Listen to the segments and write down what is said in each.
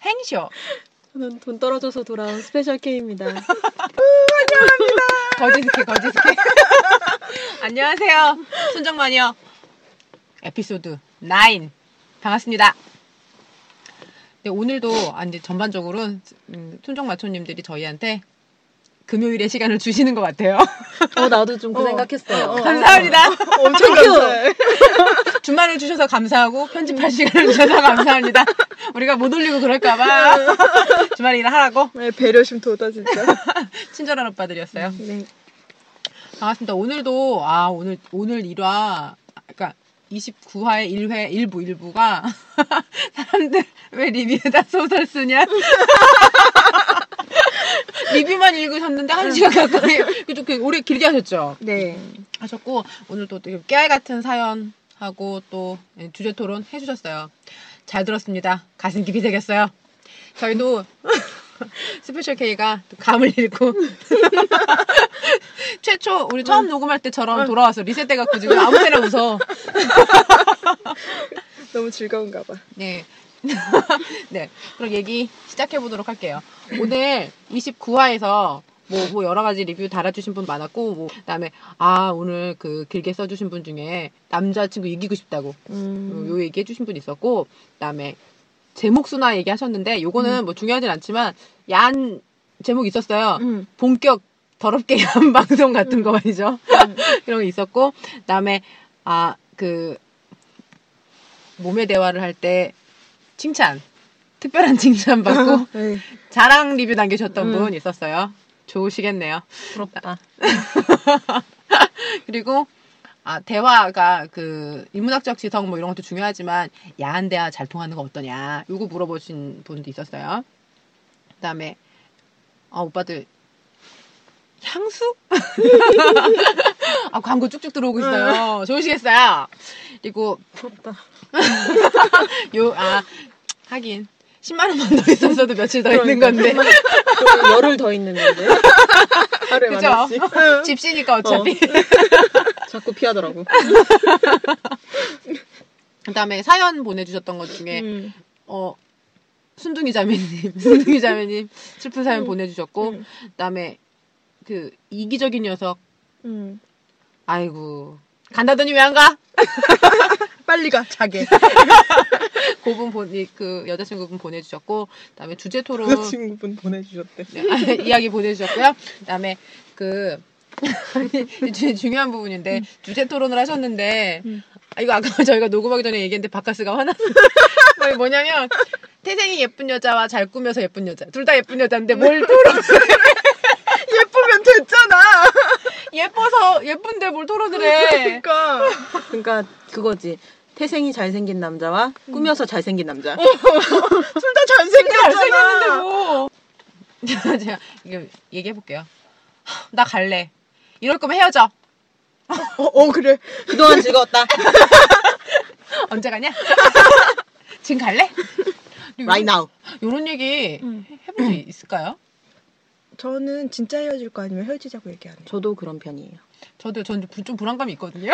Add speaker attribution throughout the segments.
Speaker 1: K셔.
Speaker 2: 저는 돈 떨어져서 돌아온 스페셜 K입니다.
Speaker 1: 거지스키, 거지스키. 안녕하세요. 순정마녀. 에피소드 9. 반갑습니다. 네, 오늘도, 아, 이제 전반적으로는, 음, 순정마초님들이 저희한테 금요일에 시간을 주시는 것 같아요.
Speaker 2: 어, 나도 좀 그 생각했어요.
Speaker 1: 감사합니다.
Speaker 3: 엄청 감사해.
Speaker 1: 주말을 주셔서 감사하고, 편집할 시간을 주셔서 감사합니다. 우리가 못 올리고 그럴까봐. 주말에 일을 하라고.
Speaker 3: 네, 배려심 도다 진짜.
Speaker 1: 친절한 오빠들이었어요.
Speaker 2: 네.
Speaker 1: 반갑습니다. 오늘도 아 오늘 오늘 1화 그러니까 29화의 1회 일부 일부가 사람들 왜 리뷰에다 소설 쓰냐? 리뷰만 읽으셨는데 한 시간 가까이 그좀 오래 길게 하셨죠?
Speaker 3: 네.
Speaker 1: 하셨고 오늘 또 되게 깨알 같은 사연 하고 또 예, 주제 토론 해주셨어요. 잘 들었습니다. 가슴 깊이 새겼어요. 저희도 스페셜 K가 감을 잃고 최초 우리 처음 녹음할 때처럼 돌아와서 리셋돼갖고 지금 아무 때나 웃어.
Speaker 3: 너무 즐거운가 봐.
Speaker 1: 네. 네. 그럼 얘기 시작해 보도록 할게요. 오늘 29화에서 뭐, 뭐 여러 가지 리뷰 달아주신 분 많았고, 뭐, 그 다음에, 아, 오늘 그 길게 써주신 분 중에 남자친구 이기고 싶다고
Speaker 2: 음.
Speaker 1: 어, 요 얘기 해주신 분 있었고, 그 다음에 제목 순화 얘기 하셨는데, 요거는 뭐 중요하진 않지만, 야한 제목 있었어요.
Speaker 3: 음.
Speaker 1: 본격 더럽게 한 방송 같은 거 말이죠. 이런 게 있었고, 그 다음에, 아, 그, 몸의 대화를 할 때 칭찬, 특별한 칭찬 받고
Speaker 3: 네.
Speaker 1: 자랑 리뷰 남겨주셨던 분 있었어요. 좋으시겠네요.
Speaker 2: 부럽다.
Speaker 1: 그리고 아, 대화가 그 인문학적 지성 뭐 이런 것도 중요하지만 야한 대화 잘 통하는 거 어떠냐 요거 물어보신 분도 있었어요. 그다음에 아 오빠들 향수? 아 광고 쭉쭉 들어오고 있어요. 좋으시겠어요. 그리고
Speaker 3: 부럽다.
Speaker 1: 요 아 하긴 10만 원만 더 있었어도 며칠 더 있는
Speaker 2: 그러니까.
Speaker 1: 건데
Speaker 2: 거의 열흘 더 있는 건데.
Speaker 3: 하루에
Speaker 1: 그죠?
Speaker 3: 만났지.
Speaker 1: 집시니까 어차피
Speaker 2: 자꾸 피하더라고.
Speaker 1: 그다음에 사연 보내주셨던 것 중에
Speaker 3: 음.
Speaker 1: 어, 순둥이 자매님, 순둥이 자매님 슬픈 사연 보내주셨고,
Speaker 3: 음.
Speaker 1: 그다음에 그 이기적인 녀석,
Speaker 3: 음.
Speaker 1: 아이고 간다더니 왜 안 가?
Speaker 3: 빨리 가, 자게.
Speaker 1: 그분 보니 그 여자친구분 보내주셨고, 그다음에 주제 토론
Speaker 3: 여자친구분 보내주셨대.
Speaker 1: 네, 이야기 보내주셨고요. 그다음에 그 아니, 주- 중요한 부분인데 주제 토론을 하셨는데 아, 이거 아까 저희가 녹음하기 전에 얘기했는데 바카스가 화났어. 거의 뭐냐면 태생이 예쁜 여자와 잘 꾸며서 예쁜 여자 둘 다 예쁜 여자인데 뭘 토론?
Speaker 3: 예쁘면 됐잖아!
Speaker 1: 예뻐서 예쁜데 뭘 토론을
Speaker 2: 네.
Speaker 1: 해?
Speaker 3: 그러니까.
Speaker 2: 그러니까 그거지. 태생이 잘생긴 남자와 꾸며서 잘생긴 남자.
Speaker 3: 둘 어, 다 잘생겼잖아!
Speaker 1: 잘생겼는데 뭐? 제가 이거 얘기해 볼게요. 나 갈래. 이럴 거면 헤어져.
Speaker 3: 어, 어, 그래.
Speaker 2: 그동안 즐거웠다.
Speaker 1: 언제 가냐? 지금 갈래?
Speaker 2: right now.
Speaker 1: 이런 얘기
Speaker 3: 음.
Speaker 1: 해본 적 있을까요?
Speaker 3: 저는 진짜 헤어질 거 아니면 헤어지자고 얘기 안 해요.
Speaker 2: 저도 그런 편이에요.
Speaker 1: 저도 전 좀 불안감이 있거든요.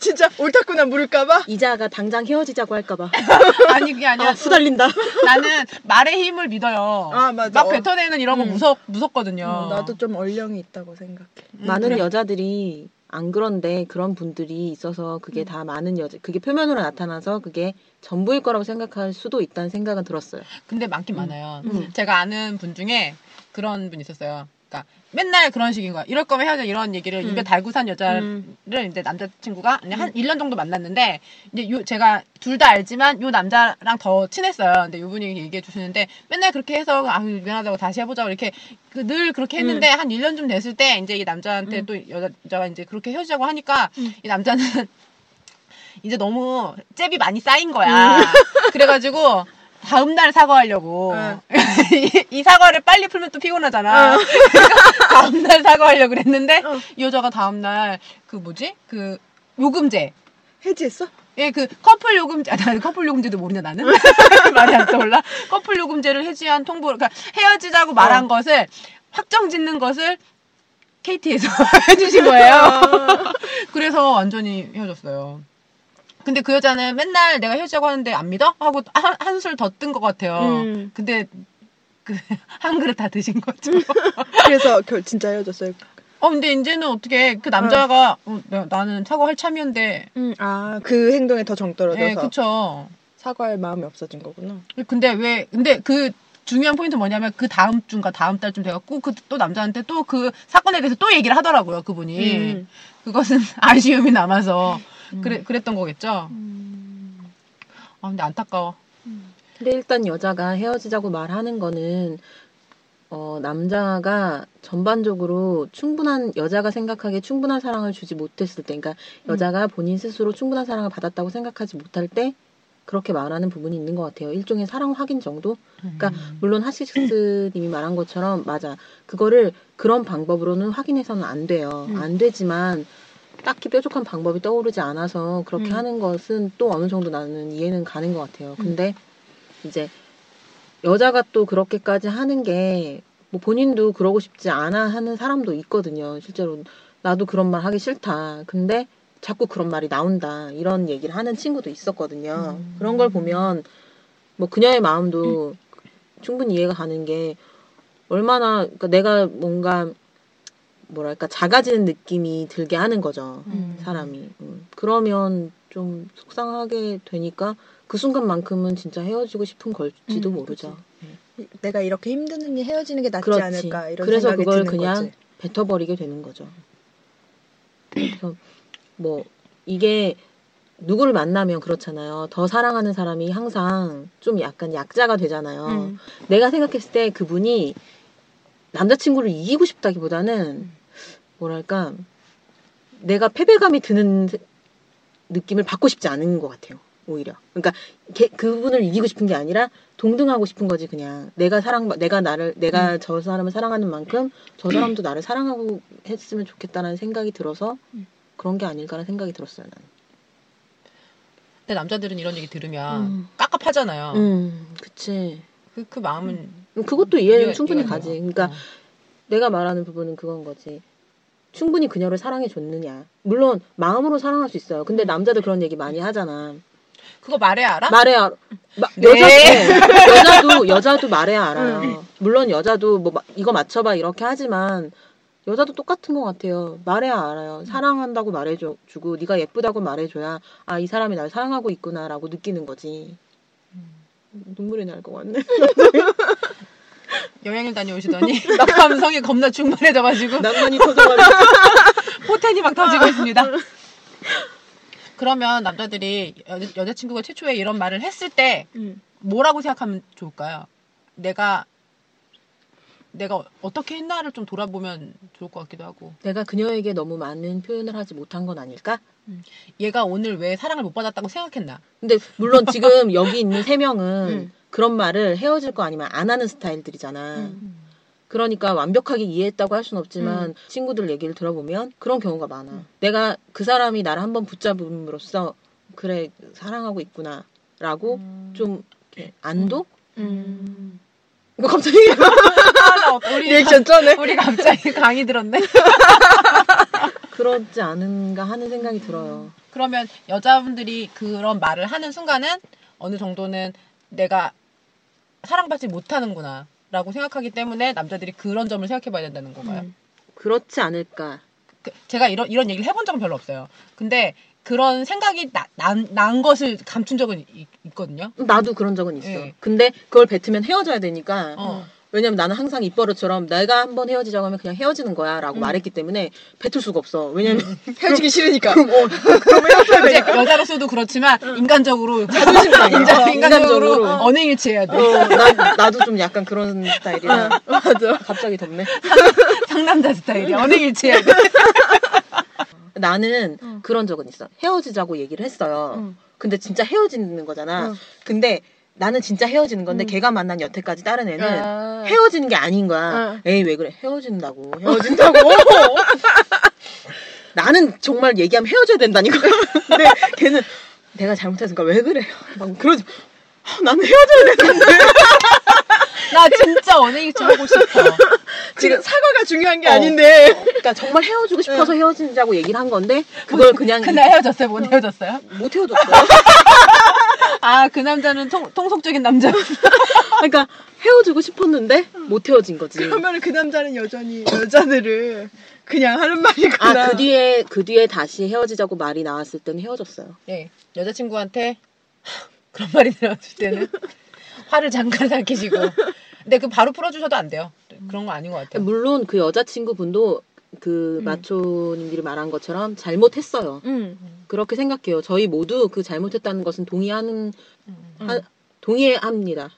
Speaker 3: 진짜 옳다구나 물을까봐?
Speaker 2: 이자가 당장 헤어지자고 할까봐.
Speaker 1: 아니 그게 아니라
Speaker 2: 아, 후달린다.
Speaker 1: 나는 말의 힘을 믿어요.
Speaker 3: 아, 맞아. 음.
Speaker 1: 막 뱉어내는 이런 거 무섭 무섭거든요.
Speaker 3: 나도 좀 얼령이 있다고 생각해.
Speaker 2: 많은 여자들이 안 그런데 그런 분들이 있어서 그게 다 많은 여자 그게 표면으로 나타나서 그게 전부일 거라고 생각할 수도 있다는 생각은 들었어요.
Speaker 1: 근데 많긴 많아요.
Speaker 2: 음.
Speaker 1: 제가 아는 분 중에 그런 분 있었어요. 그러니까 맨날 그런 식인 거야. 이럴 거면 헤어져 이런 얘기를
Speaker 2: 음.
Speaker 1: 입에 달고 산 여자를 이제 남자친구가 그냥 한 1년 정도 만났는데 이제 요 제가 둘 다 알지만 요 남자랑 더 친했어요. 근데 요 분이 얘기해 주시는데 맨날 그렇게 해서 아 미안하다고 다시 해보자고 이렇게 그늘 그렇게
Speaker 2: 음.
Speaker 1: 했는데 한 1년 좀 됐을 때 이제 이 남자한테 또 여자가 이제 그렇게 헤어지자고 하니까
Speaker 2: 음.
Speaker 1: 이 남자는 이제 너무 잽이 많이 쌓인 거야. 그래가지고 다음 날 사과하려고
Speaker 3: 응.
Speaker 1: 이, 이 사과를 빨리 풀면 또 피곤하잖아. 그러니까 다음 날 사과하려고 그랬는데
Speaker 3: 응.
Speaker 1: 이 여자가 다음 날 그 뭐지 그 요금제
Speaker 3: 해지했어?
Speaker 1: 예, 그 커플 요금제, 아, 나는 커플 요금제도 모르냐 나는 말이 안 떠올라. 커플 요금제를 해지한 통보, 그러니까 헤어지자고 말한 것을 확정짓는 것을 KT에서 해주신 거예요. 그래서 완전히 헤어졌어요. 근데 그 여자는 맨날 내가 헤어지자고 하는데 안 믿어? 하고 한술 더 뜬 것 같아요.
Speaker 3: 음.
Speaker 1: 근데 그 한 그릇 다 드신 거죠.
Speaker 3: 그래서 결 진짜 헤어졌어요.
Speaker 1: 어 근데 이제는 어떻게 그 남자가 어, 나, 나는 사과할 참이었는데
Speaker 3: 아 그 행동에 더 정떨어져서
Speaker 1: 예, 그쵸.
Speaker 3: 사과할 마음이 없어진 거구나.
Speaker 1: 근데 왜 근데 그 중요한 포인트 뭐냐면 그 다음 주인가 다음 달쯤 돼갖고 그 또 남자한테 또 그 사건에 대해서 또 얘기를 하더라고요 그분이
Speaker 3: 음.
Speaker 1: 그것은 아쉬움이 남아서
Speaker 2: 음.
Speaker 1: 그래 그랬던 거겠죠.
Speaker 3: 음.
Speaker 1: 아 근데 안타까워.
Speaker 2: 근데 일단 여자가 헤어지자고 말하는 거는 어, 남자가 전반적으로 충분한 여자가 생각하기에 충분한 사랑을 주지 못했을 때, 그러니까 여자가 본인 스스로 충분한 사랑을 받았다고 생각하지 못할 때 그렇게 말하는 부분이 있는 것 같아요. 일종의 사랑 확인 정도. 그러니까
Speaker 1: 음.
Speaker 2: 물론 하시스님이 말한 것처럼 맞아. 그거를 그런 방법으로는 확인해서는 안 돼요.
Speaker 3: 음.
Speaker 2: 안 되지만 딱히 뾰족한 방법이 떠오르지 않아서 그렇게
Speaker 3: 음.
Speaker 2: 하는 것은 또 어느 정도 나는 이해는 가는 것 같아요. 근데 이제 여자가 또 그렇게까지 하는 게 뭐 본인도 그러고 싶지 않아 하는 사람도 있거든요. 실제로 나도 그런 말 하기 싫다. 근데 자꾸 그런 말이 나온다. 이런 얘기를 하는 친구도 있었거든요.
Speaker 1: 음.
Speaker 2: 그런 걸 보면 뭐 그녀의 마음도 충분히 이해가 가는 게 얼마나 그러니까 내가 뭔가 뭐랄까 작아지는 느낌이 들게 하는 거죠.
Speaker 3: 음.
Speaker 2: 사람이. 음. 그러면 좀 속상하게 되니까 그 순간만큼은 진짜 헤어지고 싶은 걸지도
Speaker 3: 음,
Speaker 2: 모르죠.
Speaker 3: 내가 이렇게 힘드니 헤어지는 게 낫지
Speaker 2: 그렇지.
Speaker 3: 않을까 이런
Speaker 2: 그래서
Speaker 3: 생각이
Speaker 2: 그걸
Speaker 3: 드는
Speaker 2: 그냥
Speaker 3: 거지.
Speaker 2: 뱉어버리게 되는 거죠. 그래서 뭐 이게 누구를 만나면 그렇잖아요. 더 사랑하는 사람이 항상 좀 약간 약자가 되잖아요.
Speaker 3: 음.
Speaker 2: 내가 생각했을 때 그분이 남자친구를 이기고 싶다기보다는 뭐랄까 내가 패배감이 드는 세- 느낌을 받고 싶지 않은 것 같아요. 오히려 그러니까 걔- 그분을 이기고 싶은 게 아니라 동등하고 싶은 거지 그냥 내가 사랑 내가 나를
Speaker 1: 음.
Speaker 2: 내가 저 사람을 사랑하는 만큼 저 사람도 나를 사랑하고 했으면 좋겠다는 생각이 들어서
Speaker 3: 음.
Speaker 2: 그런 게 아닐까라는 생각이 들었어요 나는.
Speaker 1: 근데 남자들은 이런 얘기 들으면
Speaker 2: 음.
Speaker 1: 깝깝하잖아요.
Speaker 2: 음, 그치.
Speaker 1: 그, 그 마음은
Speaker 2: 그것도 이해는
Speaker 1: 이해-
Speaker 2: 충분히
Speaker 1: 이해가
Speaker 2: 가지.
Speaker 1: 돼요.
Speaker 2: 그러니까
Speaker 1: 어.
Speaker 2: 내가 말하는 부분은 그건 거지. 충분히 그녀를 사랑해 줬느냐. 물론 마음으로 사랑할 수 있어요. 근데 남자도 그런 얘기 많이 하잖아.
Speaker 1: 그거 말해야 알아?
Speaker 2: 말해야 마-
Speaker 1: 네.
Speaker 2: 여자도 여자도 여자도 말해야 알아요. 물론 여자도 뭐 마- 이거 맞춰봐 이렇게 하지만 여자도 똑같은 것 같아요. 말해야 알아요. 사랑한다고 말해주고 네가 예쁘다고 말해줘야 아 이 사람이 날 사랑하고 있구나라고 느끼는 거지. 눈물이 날 것 같네.
Speaker 1: 여행을 다녀오시더니 나 감성이 겁나 충만해져가지고
Speaker 2: 낭만이 터져가지고.
Speaker 1: 포텐이 막 터지고
Speaker 2: 어.
Speaker 1: 있습니다. 그러면 남자들이 여, 여자친구가 최초에 이런 말을 했을 때
Speaker 3: 음.
Speaker 1: 뭐라고 생각하면 좋을까요? 내가 내가 어떻게 했나를 좀 돌아보면 좋을 것 같기도 하고
Speaker 2: 내가 그녀에게 너무 많은 표현을 하지 못한 건 아닐까?
Speaker 1: 얘가 오늘 왜 사랑을 못 받았다고 생각했나?
Speaker 2: 근데 물론 지금 여기 있는 세 명은
Speaker 3: 음.
Speaker 2: 그런 말을 헤어질 거 아니면 안 하는 스타일들이잖아.
Speaker 3: 음.
Speaker 2: 그러니까 완벽하게 이해했다고 할 수는 없지만 친구들 얘기를 들어보면 그런 경우가 많아. 내가 그 사람이 나를 한번 붙잡음으로써 그래 사랑하고 있구나라고 좀 음. 이렇게 안도?
Speaker 3: 음.
Speaker 2: 이거 갑자기
Speaker 1: 아, 나 어떡- 우리
Speaker 3: 리액션 쩌네.
Speaker 1: 갑- 우리 갑자기 강의 들었네.
Speaker 2: 그렇지 않은가 하는 생각이 들어요.
Speaker 1: 그러면 여자분들이 그런 말을 하는 순간은 어느 정도는 내가 사랑받지 못하는구나. 라고 생각하기 때문에 남자들이 그런 점을 생각해봐야 된다는 건가요?
Speaker 3: 음.
Speaker 2: 그렇지 않을까.
Speaker 1: 그- 제가 이런 이런 얘기를 해본 적은 별로 없어요. 근데 그런 생각이 나- 난, 난 것을 감춘 적은 있, 거든요
Speaker 2: 나도 그런 적은 있어.
Speaker 1: 예.
Speaker 2: 근데 그걸 뱉으면 헤어져야 되니까
Speaker 1: 어.
Speaker 2: 왜냐면 나는 항상 입버릇처럼 내가 한번 헤어지자고 하면 그냥 헤어지는 거야 라고
Speaker 3: 음.
Speaker 2: 말했기 때문에 뱉을 수가 없어. 왜냐면
Speaker 3: 헤어지기 싫으니까.
Speaker 2: 그럼 어,
Speaker 3: 그럼 헤어져야
Speaker 1: 이제
Speaker 3: 되니까.
Speaker 1: 여자로서도 그렇지만 음. 인간적으로
Speaker 2: 자존심 상해.
Speaker 1: 인간,
Speaker 2: 어,
Speaker 1: 인간적으로
Speaker 2: 인간적으로.
Speaker 1: 언행일치해야 돼.
Speaker 2: 어, 나, 나도 좀 약간 그런 스타일이라
Speaker 3: 맞아.
Speaker 2: 갑자기 덥네.
Speaker 1: 상남자 스타일이야. 언행일치해야 돼.
Speaker 2: 나는
Speaker 3: 응.
Speaker 2: 그런 적은 있어. 헤어지자고 얘기를 했어요.
Speaker 3: 응.
Speaker 2: 근데 진짜 헤어지는 거잖아.
Speaker 3: 응.
Speaker 2: 근데 나는 진짜 헤어지는 건데
Speaker 3: 응.
Speaker 2: 걔가 만난 여태까지 다른 애는
Speaker 3: 아.
Speaker 2: 헤어지는 게 아닌 거야.
Speaker 3: 응.
Speaker 2: 에이 왜 그래? 헤어진다고. 헤어진다고. 나는 정말 얘기하면 헤어져야 된다니까. 근데 걔는 내가 잘못했으니까 왜 그래요? 막 그러지. 아, 나는 헤어져야 되는데.
Speaker 1: 나 진짜 언행일치 하고 싶어.
Speaker 3: 지금 사과가 중요한 게
Speaker 2: 어.
Speaker 3: 아닌데.
Speaker 2: 그러니까 정말 헤어지고 싶어서 헤어진다고 얘기를 한 건데 그걸 그냥
Speaker 1: 그날 헤어졌어요? 못 헤어졌어요?
Speaker 2: 못 헤어졌어요.
Speaker 1: 아, 그 남자는 통, 통속적인 남자.
Speaker 2: 그러니까 헤어지고 싶었는데 못 헤어진 거지.
Speaker 3: 그러면 그 남자는 여전히 여자들을 그냥 하는 말이구나.
Speaker 2: 아 그 뒤에 그 뒤에 다시 헤어지자고 말이 나왔을 때는 헤어졌어요.
Speaker 1: 예. 여자친구한테 그런 말이 들었을 때는 화를 잠깐 삼키시고. 근데 그 바로 풀어주셔도 안 돼요. 그런 거 아닌 것 같아요.
Speaker 2: 물론 그 여자친구분도 그
Speaker 3: 음.
Speaker 2: 마초님들이 말한 것처럼 잘못했어요.
Speaker 3: 응.
Speaker 2: 그렇게 생각해요. 저희 모두 그 잘못했다는 것은 동의하는
Speaker 1: 음.
Speaker 2: 하- 동의합니다.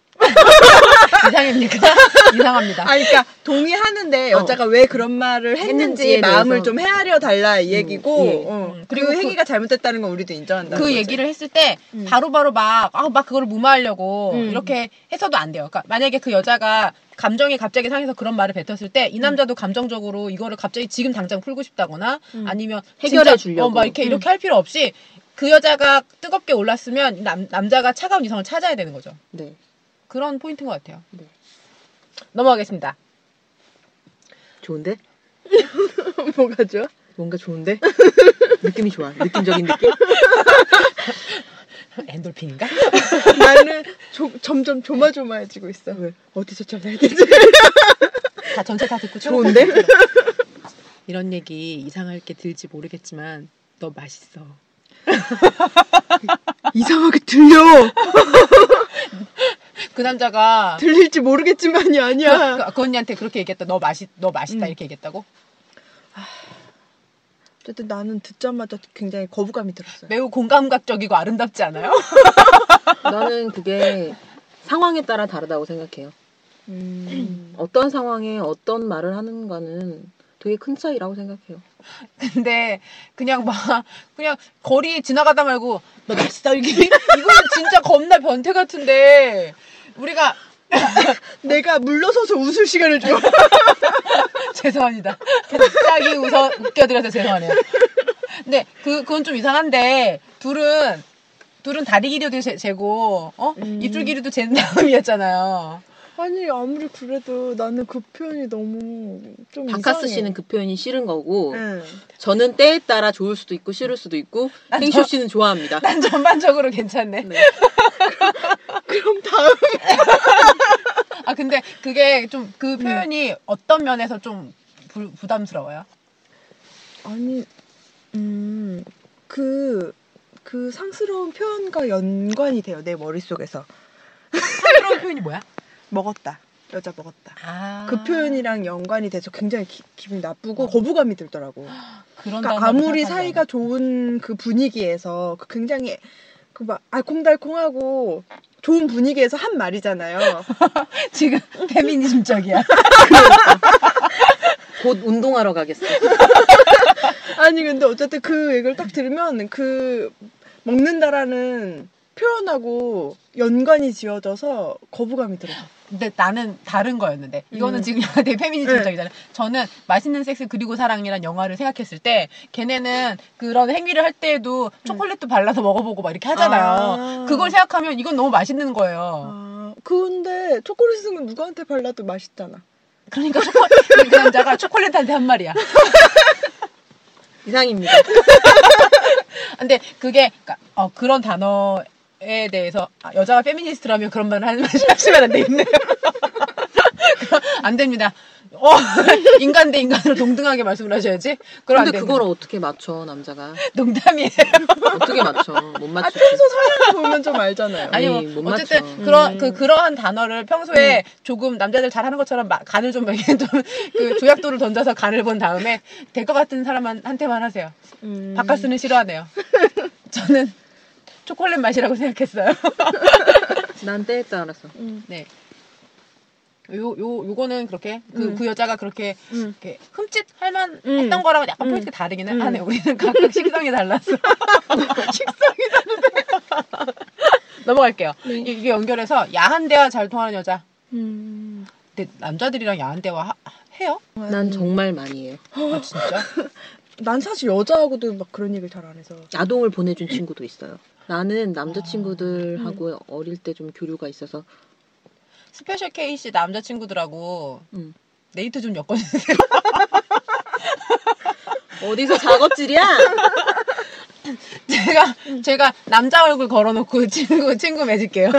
Speaker 1: 이상입니까? 음. 이상합니다.
Speaker 3: 아, 그러니까 동의하는데
Speaker 2: 어.
Speaker 3: 여자가 왜 그런 말을 했는지
Speaker 2: 했는지에
Speaker 3: 마음을
Speaker 2: 대해서.
Speaker 3: 좀 헤아려 달라 이 얘기고
Speaker 2: 음, 예.
Speaker 3: 어.
Speaker 1: 음. 그리고
Speaker 3: 그리고
Speaker 1: 그-
Speaker 3: 행위가 잘못됐다는 건 우리도 인정한다.
Speaker 1: 그 얘기를 했을 때 바로바로 막, 아, 막 그걸 무마하려고
Speaker 3: 음.
Speaker 1: 이렇게 해서도 안 돼요. 그러니까 만약에 그 여자가 감정이 갑자기 상해서 그런 말을 뱉었을 때 이 남자도 감정적으로 이거를 갑자기 지금 당장 풀고 싶다거나
Speaker 3: 음.
Speaker 1: 아니면
Speaker 2: 해결해
Speaker 1: 진짜,
Speaker 2: 주려고.
Speaker 1: 어, 막 이렇게
Speaker 3: 음.
Speaker 1: 이렇게 할 필요 없이 그 여자가 뜨겁게 올랐으면 남, 남자가 차가운 이성을 찾아야 되는 거죠.
Speaker 2: 네.
Speaker 1: 그런 포인트인 것 같아요.
Speaker 2: 네.
Speaker 1: 넘어가겠습니다.
Speaker 2: 좋은데?
Speaker 3: 뭐가 좋아?
Speaker 2: 뭔가 좋은데? 느낌이 좋아. 느낌적인 느낌?
Speaker 1: 엔돌핀인가?
Speaker 3: 나는 조- 점점 조마조마해지고 있어. 어디서 잘라야 되지?
Speaker 1: 다 전체 다 듣고
Speaker 2: 좋은데?
Speaker 1: 이런 얘기 이상할 게 들지 모르겠지만 너 맛있어.
Speaker 3: 이상하게 들려.
Speaker 1: 그 남자가
Speaker 3: 들릴지 모르겠지만이 아니야.
Speaker 1: 그, 그 언니한테 그렇게 얘기했다. 너 맛있 너 맛있다
Speaker 3: 음.
Speaker 1: 이렇게 얘기했다고?
Speaker 3: 어쨌든 나는 듣자마자 굉장히 거부감이 들었어요.
Speaker 1: 매우 공감각적이고 아름답지 않아요?
Speaker 2: 나는 그게 상황에 따라 다르다고 생각해요.
Speaker 3: 음.
Speaker 2: 어떤 상황에 어떤 말을 하는가는 되게 큰 차이라고 생각해요.
Speaker 1: 근데 그냥 막 그냥 거리 지나가다 말고 너 맛있다 이게 이거는 진짜 겁나 변태 같은데 우리가
Speaker 3: 내가 물러서서 웃을 시간을 줘.
Speaker 1: 죄송합니다. 갑자기 웃어 웃겨드려서 죄송하네요. 근데 그 그건 좀 이상한데 둘은 둘은 다리 길이도 재- 재고 어
Speaker 3: 음.
Speaker 1: 입술 길이도 재 다음이었잖아요.
Speaker 3: 아니 아무리 그래도 나는 그 표현이 너무 좀
Speaker 2: 바카스
Speaker 3: 이상해. 예.
Speaker 2: 씨는 그 표현이 싫은 거고
Speaker 3: 응.
Speaker 2: 저는 때에 따라 좋을 수도 있고 싫을 수도 있고 행쇼 씨는 좋아합니다.
Speaker 1: 난 전반적으로 괜찮네.
Speaker 2: 네.
Speaker 3: 그럼 다음
Speaker 1: 아 근데 그게 좀 그 표현이 어떤 면에서 좀 부, 부담스러워요?
Speaker 3: 아니 음, 음그 그 상스러운 표현과 연관이 돼요 내 머릿속에서
Speaker 1: 부끄러운 표현이 뭐야?
Speaker 3: 먹었다 여자 먹었다
Speaker 1: 아.
Speaker 3: 그 표현이랑 연관이 돼서 굉장히 기, 기분이 나쁘고
Speaker 1: 어.
Speaker 3: 거부감이 들더라고
Speaker 1: 그런
Speaker 3: 그러니까
Speaker 1: 단어를
Speaker 3: 아무리
Speaker 1: 생각하지
Speaker 3: 사이가 좋은 그 분위기에서 그 굉장히 그 막 알콩달콩하고 좋은 분위기에서 한 말이잖아요.
Speaker 1: 않아. 지금 페미니즘적이야.
Speaker 2: 곧 운동하러 가겠어.
Speaker 3: 아니 근데 어쨌든 그 얘기를 딱 들으면 그 먹는다라는 표현하고 연관이 지어져서 거부감이 들어요.
Speaker 1: 근데 나는 다른 거였는데 이거는
Speaker 3: 음.
Speaker 1: 지금 되게 페미니즘적이잖아요. 저는 맛있는 섹스 그리고 사랑이란 영화를 생각했을 때 걔네는 그런 행위를 할 때에도 초콜릿도 발라서 먹어보고 막 이렇게 음. 하잖아요. 어.
Speaker 3: 아.
Speaker 1: 그걸 생각하면 이건 너무 맛있는 거예요.
Speaker 3: 아 근데 초콜릿은 누구한테 발라도 맛있잖아.
Speaker 1: 그러니까 초콜릿 그 남자가 초콜릿한테 한 말이야.
Speaker 2: 이상입니다.
Speaker 1: 근데 그게 그러니까, 어, 그런 단어에 대해서 아, 여자가 페미니스트라면 그런 말을 하는 말이 하시면 안 되겠네요. 그럼 안 됩니다. 어, 인간 대 인간으로 동등하게 말씀을 하셔야지. 그럼 안
Speaker 2: 근데
Speaker 1: 됩니다.
Speaker 2: 그걸 어떻게 맞춰 남자가?
Speaker 1: 농담이에요.
Speaker 2: 어떻게 맞춰? 못
Speaker 3: 아
Speaker 2: 맞추지.
Speaker 3: 평소 사연을 보면 좀 알잖아요.
Speaker 1: 아니,
Speaker 2: 아니,
Speaker 1: 뭐
Speaker 2: 못
Speaker 1: 어쨌든
Speaker 2: 맞춰. 음.
Speaker 1: 그런
Speaker 3: 음.
Speaker 1: 그 그러한 단어를 평소에 조금 남자들 잘하는 것처럼 마- 간을 좀 이렇게 좀그 조약돌을 던져서 간을 본 다음에 될 것 같은 사람한테만 하세요.
Speaker 3: 음.
Speaker 1: 바카스는 싫어하네요. 저는 초콜릿 맛이라고 생각했어요.
Speaker 2: 난 때에 따라서.
Speaker 3: 음.
Speaker 1: 네. 요, 요, 요거는 그렇게, 그,
Speaker 3: 음.
Speaker 1: 그 여자가 그렇게,
Speaker 3: 음.
Speaker 1: 이렇게 흠칫 할만
Speaker 3: 음.
Speaker 1: 했던 거랑은 약간
Speaker 3: 음.
Speaker 1: 포인트가 다르긴
Speaker 3: 음.
Speaker 1: 하네. 우리는 각각 식성이 달랐어. 식성이 다른데. 넘어갈게요.
Speaker 3: 네.
Speaker 1: 이- 이게 연결해서 야한 대화 잘 통하는 여자.
Speaker 3: 음.
Speaker 1: 근데 남자들이랑 야한 대화 하- 해요?
Speaker 2: 난 정말 많이 해요.
Speaker 1: 아, 진짜?
Speaker 3: 난 사실 여자하고도 막 그런 얘기를 잘 안 해서.
Speaker 2: 야동을 보내준 친구도 있어요. 나는 남자친구들하고
Speaker 3: 음.
Speaker 2: 어릴 때 좀 교류가 있어서
Speaker 1: 스페셜 K 씨 남자친구들하고
Speaker 2: 음.
Speaker 1: 네이트 좀 엮어주세요.
Speaker 2: 음, 어디서 작업질이야?
Speaker 1: 제가 제가 남자 얼굴 걸어놓고 친구 친구 맺을게요.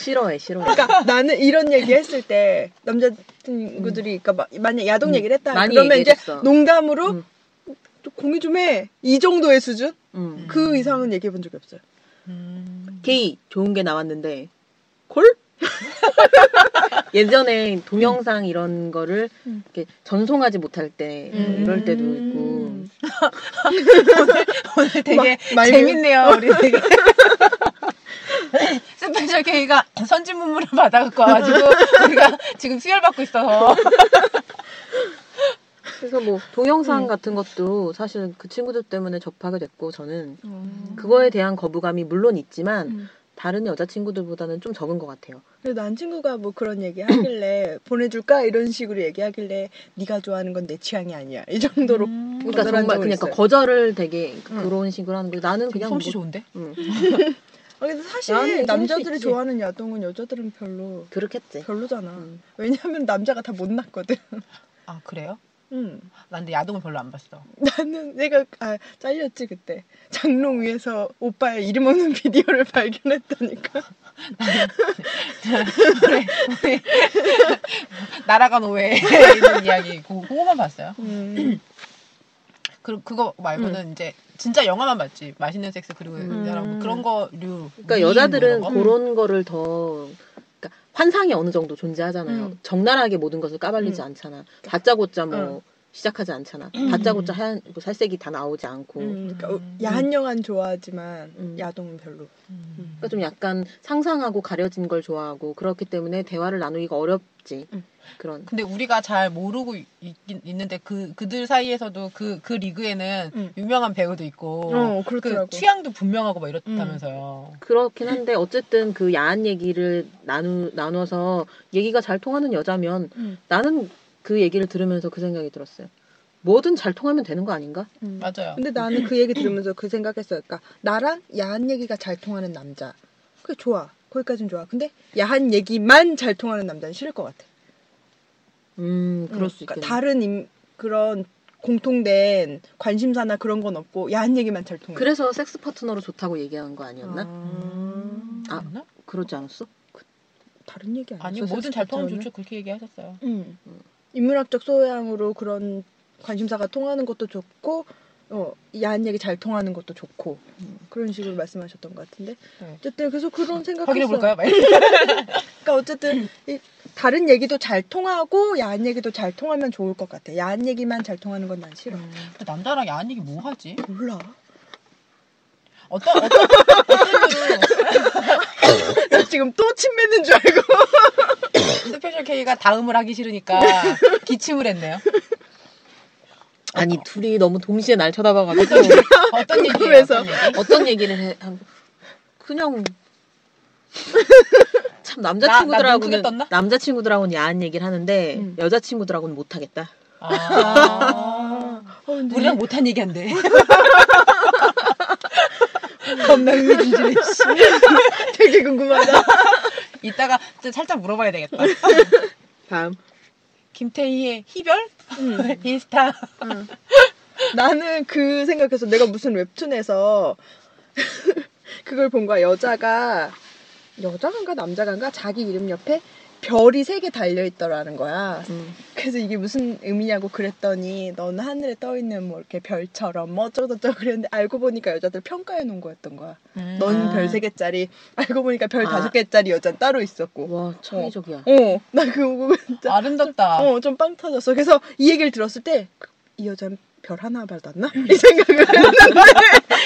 Speaker 2: 싫어해, 싫어해.
Speaker 3: 그러니까 나는 이런 얘기 했을 때 남자친구들이 그러니까 막 만약 야동 얘기를 했다
Speaker 2: 음. 많이
Speaker 3: 그러면 이제
Speaker 2: 얘기해줬어.
Speaker 3: 농담으로
Speaker 2: 음.
Speaker 3: 좀 공유 좀 해 이 정도의 수준
Speaker 2: 음.
Speaker 3: 그 이상은 얘기해 본 적이 없어요. 음.
Speaker 2: 게이 좋은 게 나왔는데 골? 예전에 동영상 이런 거를
Speaker 3: 음.
Speaker 2: 이렇게 전송하지 못할 때
Speaker 1: 음.
Speaker 2: 이럴 때도 있고
Speaker 3: 음.
Speaker 1: 오늘 되게
Speaker 3: 마- 말미-
Speaker 1: 재밌네요. 우리 되게 스페셜 K가 선진 문물을 받아갖고 와가지고 우리가 지금 수혈받고 있어서
Speaker 2: 그래서 뭐 동영상
Speaker 3: 음.
Speaker 2: 같은 것도 사실 그 친구들 때문에 접하게 됐고 저는 음. 그거에 대한 거부감이 물론 있지만
Speaker 3: 음. 다른
Speaker 2: 다른 여자 친구들보다는 좀 적은 것 같아요.
Speaker 3: 그래도 난 친구가 뭐 그런 얘기 하길래 보내줄까 이런 식으로 얘기하길래 네가 좋아하는 건 내 취향이 아니야 이 정도로
Speaker 1: 음.
Speaker 2: 그러니까
Speaker 3: 거절한
Speaker 2: 정말
Speaker 3: 적은
Speaker 2: 그냥
Speaker 3: 있어요. 음.
Speaker 2: 거절을 되게
Speaker 1: 응.
Speaker 2: 그런 식으로 하는 거 나는 그냥
Speaker 1: 솜씨
Speaker 2: 뭐-
Speaker 1: 좋은데?
Speaker 2: 응.
Speaker 3: 아, 근데 사실
Speaker 2: 나는 이해할 수
Speaker 3: 남자들이
Speaker 2: 있지.
Speaker 3: 좋아하는 야동은 여자들은 별로
Speaker 2: 그렇겠지.
Speaker 3: 별로잖아.
Speaker 2: 음.
Speaker 3: 왜냐하면 남자가 다 못났거든.
Speaker 1: 아 그래요?
Speaker 3: 음.
Speaker 1: 난 근데 야동을 별로 안 봤어.
Speaker 3: 나는 내가 아 잘렸지 그때 장롱 위에서 오빠의 이름 없는 비디오를 발견했다니까.
Speaker 1: 우리- 우리 날아간 오해 있는 이야기 그거, 그거만 봤어요.
Speaker 3: 음.
Speaker 1: 그 그거 말고는 이제 진짜 영화만 봤지. 맛있는 섹스 그리고
Speaker 2: 음.
Speaker 1: 사람 뭐 그런 거류.
Speaker 3: 음.
Speaker 2: 그러니까 여자들은 그런 거를 더 그러니까 환상이 어느 정도 존재하잖아요.
Speaker 3: 음.
Speaker 2: 적나라하게 모든 것을 까발리지
Speaker 3: 음.
Speaker 2: 않잖아. 다짜고짜 뭐
Speaker 3: 음.
Speaker 2: 시작하지 않잖아. 다짜고짜 하얀 뭐 살색이 다 나오지 않고.
Speaker 3: 음, 그러니까
Speaker 1: 음.
Speaker 3: 야한 영화는 좋아하지만
Speaker 2: 음.
Speaker 3: 야동은 별로.
Speaker 1: 음.
Speaker 2: 그러니까 좀 약간 상상하고 가려진 걸 좋아하고 그렇기 때문에 대화를 나누기가 어렵지.
Speaker 3: 음.
Speaker 2: 그런
Speaker 1: 근데 우리가 잘 모르고 있긴 있는데 그 그들 사이에서도 그 그 리그에는
Speaker 3: 음.
Speaker 1: 유명한 배우도 있고
Speaker 3: 어
Speaker 1: 그
Speaker 3: 그렇더라고.
Speaker 1: 취향도 분명하고 막 이렇다면서요.
Speaker 2: 그렇긴 한데 어쨌든 그 야한 얘기를 나누 나눠서 얘기가 잘 통하는 여자면
Speaker 3: 음.
Speaker 2: 나는 그 얘기를 들으면서 그 생각이 들었어요. 뭐든 잘 통하면 되는 거 아닌가? 음.
Speaker 3: 음.
Speaker 1: 맞아요.
Speaker 3: 근데 나는 그 얘기 들으면서 그 생각했어요. 그러니까 나랑 야한 얘기가 잘 통하는 남자. 그게 좋아. 거기까진 좋아. 근데 야한 얘기만 잘 통하는 남자는 싫을 것 같아.
Speaker 2: 음, 그럴 수
Speaker 3: 그러니까
Speaker 2: 있겠네.
Speaker 3: 다른 임- 그런 공통된 관심사나 그런 건 없고 야한 얘기만 잘 통해.
Speaker 2: 그래서 섹스 파트너로 좋다고 얘기한 거 아니었나?
Speaker 3: 어.
Speaker 1: 음.
Speaker 2: 아.
Speaker 1: 맞나?
Speaker 2: 그러지 않았어?
Speaker 3: 다른 얘기 아니야?
Speaker 1: 아니
Speaker 2: 그래서
Speaker 1: 뭐든 잘 통하면
Speaker 3: 저는-
Speaker 1: 좋죠 그렇게 얘기하셨어요.
Speaker 3: 음. 인문학적 소양으로 그런 관심사가 통하는 것도 좋고 어, 야한 얘기 잘 통하는 것도 좋고
Speaker 2: 음.
Speaker 3: 그런 식으로 말씀하셨던 것 같은데
Speaker 1: 네.
Speaker 3: 어쨌든 그래서 그런 생각
Speaker 1: 확인해 볼까요?
Speaker 3: 그러니까 어쨌든 이 다른 얘기도 잘 통하고 야한 얘기도 잘 통하면 좋을 것 같아. 야한 얘기만 잘 통하는 건 난 싫어.
Speaker 1: 근데 남자랑 야한 얘기 뭐 하지?
Speaker 3: 몰라.
Speaker 1: 어떤 어떤 어떤 분은
Speaker 3: 나 지금 또 침 뱉는 줄 알고.
Speaker 1: 스페셜 K가 다음을 하기 싫으니까 기침을 했네요.
Speaker 2: 아니 둘이 너무 동시에 날 쳐다봐가지고
Speaker 1: 어떤 얘기예요?
Speaker 3: 궁금해서.
Speaker 1: 어떤 얘기?
Speaker 2: 어떤 얘기를 해? 하고 그냥 참
Speaker 1: 나- 나눈 크게
Speaker 2: 남자친구들하고는
Speaker 1: 떴나?
Speaker 2: 남자친구들하고는 야한 얘기를 하는데
Speaker 3: 음.
Speaker 2: 여자친구들하고는 못하겠다.
Speaker 1: 아,
Speaker 3: 어, 근데
Speaker 1: 우리랑 못한 얘기한데.
Speaker 3: 겁나 흥미진진해. 씨. 되게 궁금하다.
Speaker 1: 이따가 좀 살짝 물어봐야 되겠다.
Speaker 2: 다음
Speaker 1: 김태희의 희별?
Speaker 3: 음.
Speaker 1: 인스타.
Speaker 3: 응. 나는 그 생각해서 내가 무슨 웹툰에서 그걸 본 거야. 여자가 여자간가 남자간가 자기 이름 옆에 별이 세 개 달려 있더라는 거야.
Speaker 2: 음.
Speaker 3: 그래서 이게 무슨 의미냐고 그랬더니 넌 하늘에 떠 있는 뭐 이렇게 별처럼 뭐 어쩌고저쩌고 그랬는데 알고 보니까 여자들 평가해 놓은 거였던 거야. 넌
Speaker 2: 아.
Speaker 3: 별 세 개짜리 알고 보니까 별
Speaker 2: 아. 뭐.
Speaker 3: 다섯 개짜리 여자는 따로 있었고.
Speaker 2: 와 창의적이야.
Speaker 3: 어, 나 그거 보고 진짜
Speaker 1: 아름답다.
Speaker 3: 어, 좀 빵 터졌어. 그래서 이 얘기를 들었을 때, 그, 이 여자는 별 하나 받았나? 이 생각을 했는데,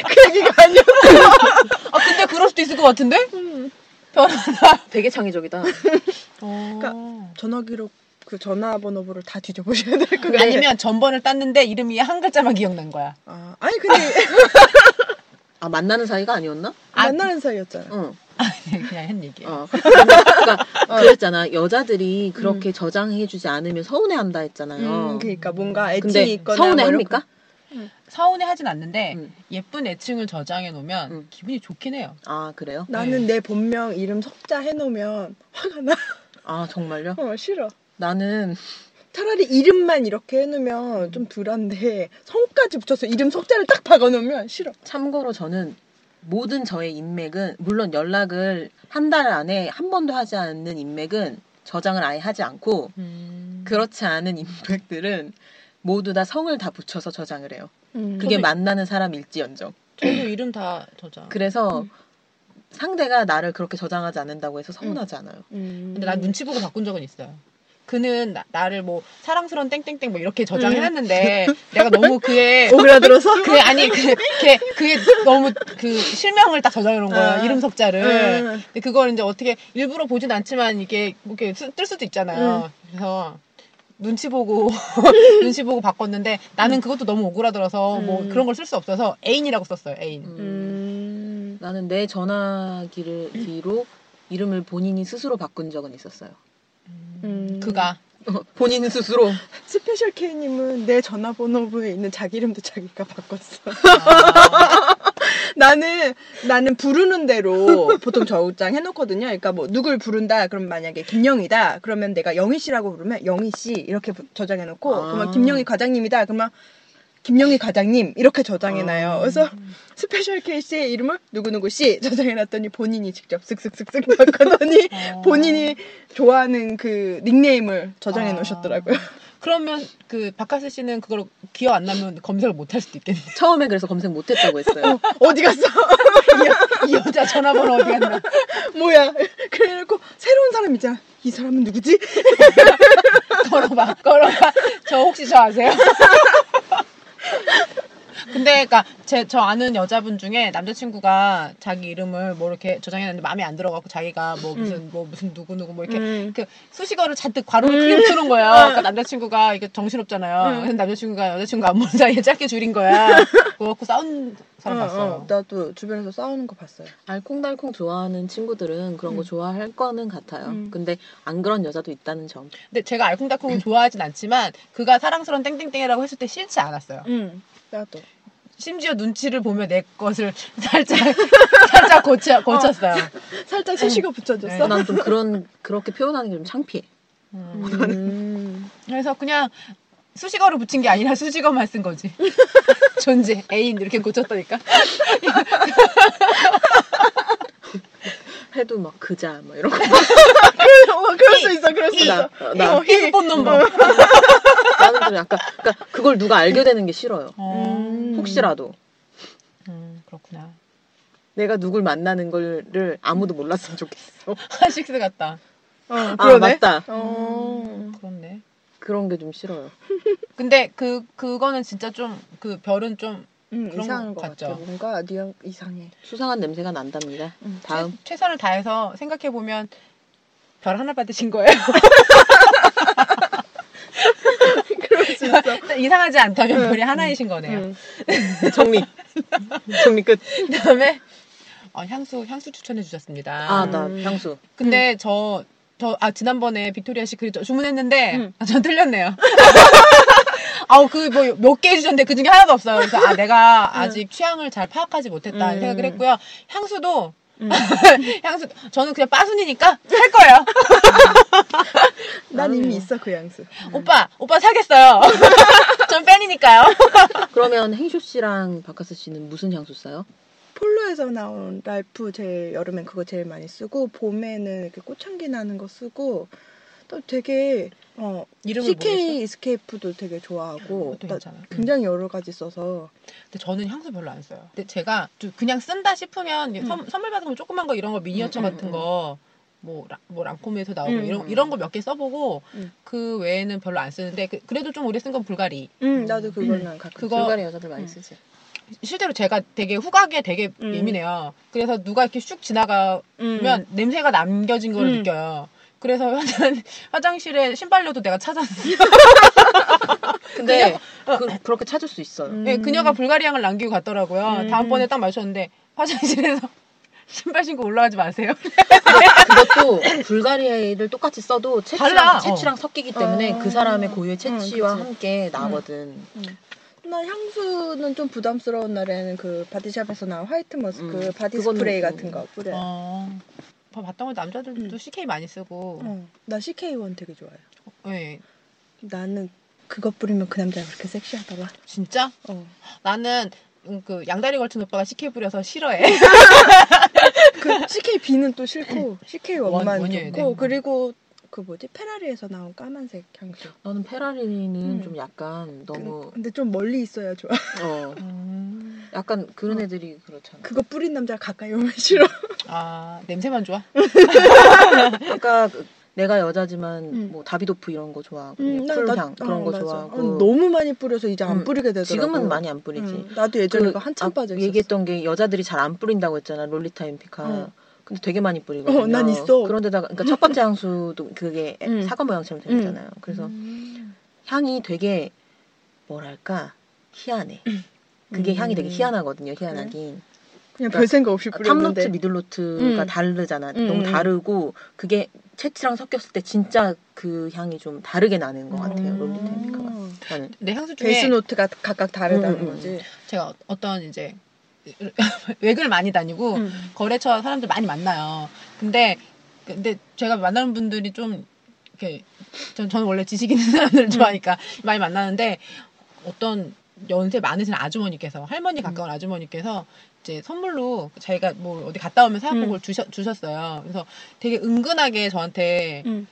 Speaker 3: 그 얘기가 아니었어.
Speaker 1: 아, 근데 그럴 수도 있을 것 같은데?
Speaker 2: 되게 창의적이다.
Speaker 1: 그러니까
Speaker 3: 전화기록, 그 전화번호부를 다 뒤져보셔야 될 것 같아요.
Speaker 1: 아니면 전번을 땄는데 이름이 한 글자만 기억난 거야.
Speaker 3: 아, 아니, 근데
Speaker 2: 아 만나는 사이가 아니었나? 어.
Speaker 3: 만나는 사이였잖아.
Speaker 2: 응.
Speaker 1: 그냥 한
Speaker 3: 예.
Speaker 1: 얘기야.
Speaker 2: 어. 그러니까
Speaker 3: 어.
Speaker 2: 그랬잖아. 여자들이 그렇게 저장해주지 않으면 서운해한다 했잖아요.
Speaker 3: 음, 그러니까 뭔가 애칭이
Speaker 2: 근데
Speaker 3: 있거나. 뭐 이런
Speaker 2: 서운해합니까?
Speaker 1: 서운해 하진 않는데
Speaker 2: 음.
Speaker 1: 예쁜 애칭을 저장해 놓으면
Speaker 2: 음.
Speaker 1: 기분이 좋긴 해요.
Speaker 2: 아 그래요?
Speaker 3: 거. 나는 내 본명 이름 석자 해놓으면 화가 나.
Speaker 2: 아 정말요?
Speaker 3: 어, 싫어.
Speaker 2: 나는
Speaker 3: 차라리 이름만 이렇게
Speaker 2: 음.
Speaker 3: 해놓으면 좀 덜한데 성까지 붙여서 이름 석자를 딱 박아놓으면 싫어.
Speaker 2: 참고로 저는 모든 저의 인맥은 물론 연락을 한 달 안에 한 번도 하지 않는 인맥은 저장을 아예 하지 않고 그렇지 않은 인맥들은 모두 다 성을 다 붙여서 저장을 해요. 그게
Speaker 1: 저도-
Speaker 2: 만나는 사람일지언정.
Speaker 1: 저도 이름 다 저장.
Speaker 2: 그래서
Speaker 3: 음.
Speaker 2: 상대가 나를 그렇게 저장하지 않는다고 해서 서운하지 않아요.
Speaker 3: 음.
Speaker 1: 근데 난 눈치 보고 바꾼 적은 있어요. 그는 나, 를뭐 사랑스러운 땡땡땡 뭐 이렇게 저장해놨는데 내가 너무 그의
Speaker 3: 음. 오그라들어서
Speaker 1: 그 아니 그, 걔, 그의 너무 그 실명을 딱 저장해놓은 거야
Speaker 3: 아.
Speaker 1: 이름 석자를.
Speaker 3: 음.
Speaker 1: 근데 그걸 이제 어떻게 일부러 보진 않지만 이게 뭐 이렇게 쓰- 뜰 수도 있잖아요.
Speaker 3: 음.
Speaker 1: 그래서 눈치 보고 눈치 보고 바꿨는데 나는 그것도 너무 오그라들어서 뭐
Speaker 3: 음.
Speaker 1: 그런 걸 쓸 수 없어서 애인이라고 썼어요. 애인.
Speaker 3: 음.
Speaker 2: 나는 내 전화기를 뒤로 이름을 본인이 스스로 바꾼 적은 있었어요.
Speaker 3: 음.
Speaker 1: 그가
Speaker 2: 본인 스스로
Speaker 3: 스페셜 K님은 내 전화번호부에 있는 자기 이름도 자기가 바꿨어. 나는 나는 부르는 대로 보통 저장 해놓거든요. 그러니까 뭐 누굴 부른다. 그럼 만약에 김영이다. 그러면 내가 영희 씨라고 부르면 영희 씨 이렇게 부- 저장해놓고
Speaker 2: 아.
Speaker 3: 그러면 김영희 과장님이다. 그러면 김영희 과장님 이렇게 저장해놔요. 그래서 스페셜 K 씨의 이름을 누구누구 씨 저장해놨더니 본인이 직접 쓱쓱쓱쓱 바꾸더니
Speaker 1: 어.
Speaker 3: 본인이 좋아하는 그 닉네임을 저장해 놓으셨더라고요.
Speaker 1: 그러면 그 박하스 씨는 그걸 기억 안 나면 검색을 못 할 수도 있겠네.
Speaker 2: 처음에 그래서 검색 못했다고 했어요.
Speaker 3: 어디 갔어?
Speaker 1: 이 여자 전화번호 어디 갔나?
Speaker 3: 뭐야? 그래놓고 새로운 사람 있잖아. 이 사람은 누구지?
Speaker 1: 걸어봐, 걸어봐. 저 혹시 저 아세요? 근데 그니까 제 저 아는 여자분 중에 남자친구가 자기 이름을 뭐 이렇게 저장해놨는데 마음에 안 들어갖고 자기가 뭐 무슨 뭐 무슨 누구 누구 뭐 이렇게
Speaker 3: 음.
Speaker 1: 그 수식어를 잔뜩 괄호를 크게 붙여놓은 거예요. 그러니까 남자친구가 이게 정신없잖아요.
Speaker 3: 음.
Speaker 1: 그래서 남자친구가 여자친구가 안 보는 사이에 짧게 줄인 거야. 그거 갖고 싸운 사람
Speaker 3: 어,
Speaker 1: 봤어요.
Speaker 3: 어, 나도 주변에서 싸우는 거 봤어요.
Speaker 2: 알콩달콩 좋아하는 친구들은 그런 거
Speaker 3: 음.
Speaker 2: 좋아할 거는 같아요.
Speaker 3: 음.
Speaker 2: 근데 안 그런 여자도 있다는 점.
Speaker 1: 근데 제가 알콩달콩은 좋아하진 않지만 그가 사랑스러운 땡땡땡이라고 했을 때 싫지 않았어요.
Speaker 3: 응, 나도.
Speaker 1: 심지어 눈치를 보며 내 것을 살짝 살짝 고쳐 고쳤어요.
Speaker 3: 살짝 수식어 붙여줬어.
Speaker 2: 난 좀 그런 그렇게 표현하는 게 좀 창피해.
Speaker 1: 음.
Speaker 3: 음.
Speaker 1: 그래서 그냥 수식어를 붙인 게 아니라 수식어만 쓴 거지. 존재 애인 이렇게 고쳤다니까.
Speaker 3: 어,
Speaker 2: 해도 막 그자 뭐 이런 거.
Speaker 3: 어, 그럴 수 있어, 그럴 수
Speaker 2: 나,
Speaker 3: 있어.
Speaker 1: 어,
Speaker 2: 나
Speaker 1: 히스 본 넘버.
Speaker 2: 나는 좀 약간 그러니까 그걸 누가 알게 되는 게 싫어요.
Speaker 1: 음.
Speaker 2: 혹시라도
Speaker 1: 음, 그렇구나.
Speaker 2: 내가 누굴 만나는 거를 아무도 몰랐으면 좋겠어.
Speaker 1: 아, 한식스 같다.
Speaker 3: 어,
Speaker 2: 아
Speaker 3: 그러네.
Speaker 2: 맞다.
Speaker 3: 어.
Speaker 1: 그렇네.
Speaker 2: 그런 게 좀 싫어요.
Speaker 1: 근데 그 그거는 진짜 좀 그 별은 좀
Speaker 3: 음,
Speaker 1: 그런
Speaker 3: 이상한
Speaker 1: 것
Speaker 3: 것 같아.
Speaker 1: 같죠.
Speaker 3: 뭔가 뉘앙 이상해.
Speaker 2: 수상한 냄새가 난답니다.
Speaker 3: 음,
Speaker 2: 다음
Speaker 1: 최, 선을 다해서 생각해 보면 별 하나 받으신 거예요.
Speaker 3: 그럴 수 있어.
Speaker 1: 이상하지 않다면 별이 하나이신 거네요.
Speaker 3: 음.
Speaker 2: 정리 정리 끝.
Speaker 1: 그다음에 어, 향수 향수 추천해 주셨습니다. 음.
Speaker 2: 아 나 향수.
Speaker 1: 근데 저, 저, 아, 지난번에 빅토리아 시크릿 저- 주문했는데,
Speaker 3: 음.
Speaker 1: 아, 전 틀렸네요. 아우, 그, 뭐, 몇 개 해주셨는데 그 중에 하나도 없어요. 그래서, 아, 내가 아직 취향을 잘 파악하지 못했다
Speaker 3: 음.
Speaker 1: 생각을 했고요. 향수도,
Speaker 3: 음.
Speaker 1: 향수, 저는 그냥 빠순이니까 살 거예요.
Speaker 3: 난 이미 있어, 그 양수.
Speaker 1: 오빠, 오빠 사겠어요. 전 팬이니까요.
Speaker 2: 그러면 행쇼 씨랑 박카스 씨는 무슨 향수 써요?
Speaker 3: 폴로에서 나온 랄프 제일 여름엔 그거 제일 많이 쓰고 봄에는 이렇게 꽃향기 나는 거 쓰고 또 되게 어
Speaker 1: 이름을
Speaker 3: CK 이스케이프도 되게 좋아하고
Speaker 1: 그것도
Speaker 3: 나
Speaker 1: 괜찮아. 음.
Speaker 3: 굉장히 여러 가지 써서
Speaker 1: 근데 저는 향수 별로 안 써요. 근데 제가 좀 그냥 쓴다 싶으면 이제
Speaker 3: 음.
Speaker 1: 선, 선물 받은 거 조그만 거 이런 거 미니어처
Speaker 2: 음, 음,
Speaker 1: 같은 거. 뭐, 라- 뭐 랑콤에서 나오고
Speaker 3: 음,
Speaker 1: 이런,
Speaker 2: 음.
Speaker 1: 이런 거 몇 개 써보고
Speaker 3: 음.
Speaker 1: 그 외에는 별로 안 쓰는데 그, 래도좀 오래 쓴 건 불가리
Speaker 3: 음, 나도 그걸랑 가끔
Speaker 1: 그거-
Speaker 2: 불가리 여자들 많이
Speaker 1: 음.
Speaker 2: 쓰지.
Speaker 1: 실제로 제가 되게 후각에 되게
Speaker 3: 음.
Speaker 1: 예민해요 그래서 누가 이렇게 슉 지나가면
Speaker 3: 쓰면
Speaker 1: 냄새가 남겨진 걸
Speaker 3: 음.
Speaker 1: 느껴요 그래서 화장, 화장실에 신발려도 내가 찾았어요
Speaker 2: 근데 그, 그렇게 찾을 수 있어요.
Speaker 3: 음.
Speaker 1: 예, 그녀가 불가리향을 남기고 갔더라고요
Speaker 3: 음.
Speaker 1: 다음번에 딱 마주쳤는데 화장실에서 신발 신고 올라가지 마세요
Speaker 2: 그것도 불가리아를 똑같이 써도
Speaker 1: 달라.
Speaker 2: 채취랑, 채취랑 섞이기 때문에
Speaker 3: 어.
Speaker 2: 그 사람의 고유의 채취와
Speaker 3: 응, 그치.
Speaker 2: 함께 나거든.
Speaker 3: 나 향수는 좀 부담스러운 날에는 그 바디샵에서 나온 화이트 머스크
Speaker 2: 음,
Speaker 3: 바디
Speaker 2: 그거는-
Speaker 3: 스프레이
Speaker 2: 음.
Speaker 3: 같은 거 뿌려요.
Speaker 1: 어. 봤던 거 남자들도
Speaker 3: 네. 음.
Speaker 1: CK 많이 쓰고
Speaker 3: 어, 나 CK1 되게 좋아해요.
Speaker 1: 네.
Speaker 3: 나는 그것 부리면 그 남자가 그렇게 섹시하더라.
Speaker 1: 진짜?
Speaker 3: 어.
Speaker 1: 나는 음, 그 양다리 걸친 오빠가 CK 부려서 싫어해.
Speaker 3: 그 CKB는 또 싫고 CK
Speaker 1: 원-
Speaker 3: 원만
Speaker 1: 원이어야
Speaker 3: 좋고
Speaker 1: 돼.
Speaker 3: 그리고 그 뭐지 페라리에서 나온 까만색 향수.
Speaker 2: 나는 페라리는
Speaker 3: 음.
Speaker 2: 좀 약간
Speaker 3: 그-
Speaker 2: 너무
Speaker 3: 근데 좀 멀리 있어야 좋아.
Speaker 2: 어
Speaker 3: 음.
Speaker 2: 약간 그런 애들이 그렇잖아.
Speaker 3: 그거 뿌린 남자 가까이 오면 싫어.
Speaker 1: 아 냄새만 좋아?
Speaker 2: 아까 그- 내가 여자지만
Speaker 3: 음.
Speaker 2: 뭐 다비도프 이런 거 좋아하고
Speaker 3: 음, 나- 나-
Speaker 2: 예, 풀향 그런
Speaker 3: 어,
Speaker 2: 거
Speaker 3: 맞아.
Speaker 2: 좋아하고
Speaker 3: 어, 너무 많이 뿌려서 이제 안
Speaker 2: 음,
Speaker 3: 뿌리게 되더라고.
Speaker 2: 지금은 많이 안 뿌리지.
Speaker 3: 응, 나도 예전에 그거 한참
Speaker 2: 아,
Speaker 3: 빠져 있었어.
Speaker 2: 얘기했던 게 여자들이 잘 안 뿌린다고 했잖아 롤리타 인피카.
Speaker 3: 응.
Speaker 2: 근데 되게 많이 뿌리거든요.
Speaker 3: 어, 난 있어. 음.
Speaker 2: 그런데다가 그러니까 첫 번째 향수도 그게
Speaker 3: 응.
Speaker 2: 사과 모양처럼 생겼잖아요.
Speaker 3: 음.
Speaker 2: 그래서 향이 되게 뭐랄까 희한해. 그게
Speaker 3: 음.
Speaker 2: 향이 되게 희한하거든요. 희한하긴.
Speaker 3: 그냥 별 생각 없이
Speaker 2: 그러니까 아, 탑노트
Speaker 3: 뿌렸는데.
Speaker 2: 미들노트가
Speaker 3: 음.
Speaker 2: 다르잖아.
Speaker 3: 음,
Speaker 2: 너무
Speaker 3: 음.
Speaker 2: 다르고 그게 채취랑 섞였을 때 진짜 그 향이 좀 다르게 나는 것 같아요.
Speaker 1: 음.
Speaker 2: 롤리타 인피카가. 나는
Speaker 1: 내 향수 중에
Speaker 3: 베이스 노트가 각각
Speaker 2: 음,
Speaker 3: 다르다는
Speaker 2: 음, 음.
Speaker 3: 거지.
Speaker 1: 제가 어떤 이제 외근을 많이
Speaker 2: 어.
Speaker 1: 다니고
Speaker 3: 음.
Speaker 1: 거래처 사람들 많이 만나요. 근데 근데 제가 만나는 분들이 좀 이렇게 전 저는 원래 지식 있는 사람들을 좋아하니까 많이 만나는데 어떤 연세 많으신 아주머니께서 할머니 가까운 아주머니께서 이제 선물로 자기가 뭐 어디 갔다 오면 사갖고
Speaker 3: 음.
Speaker 1: 그걸 주셨, 주셨어요. 그래서 되게 은근하게 저한테
Speaker 3: 음.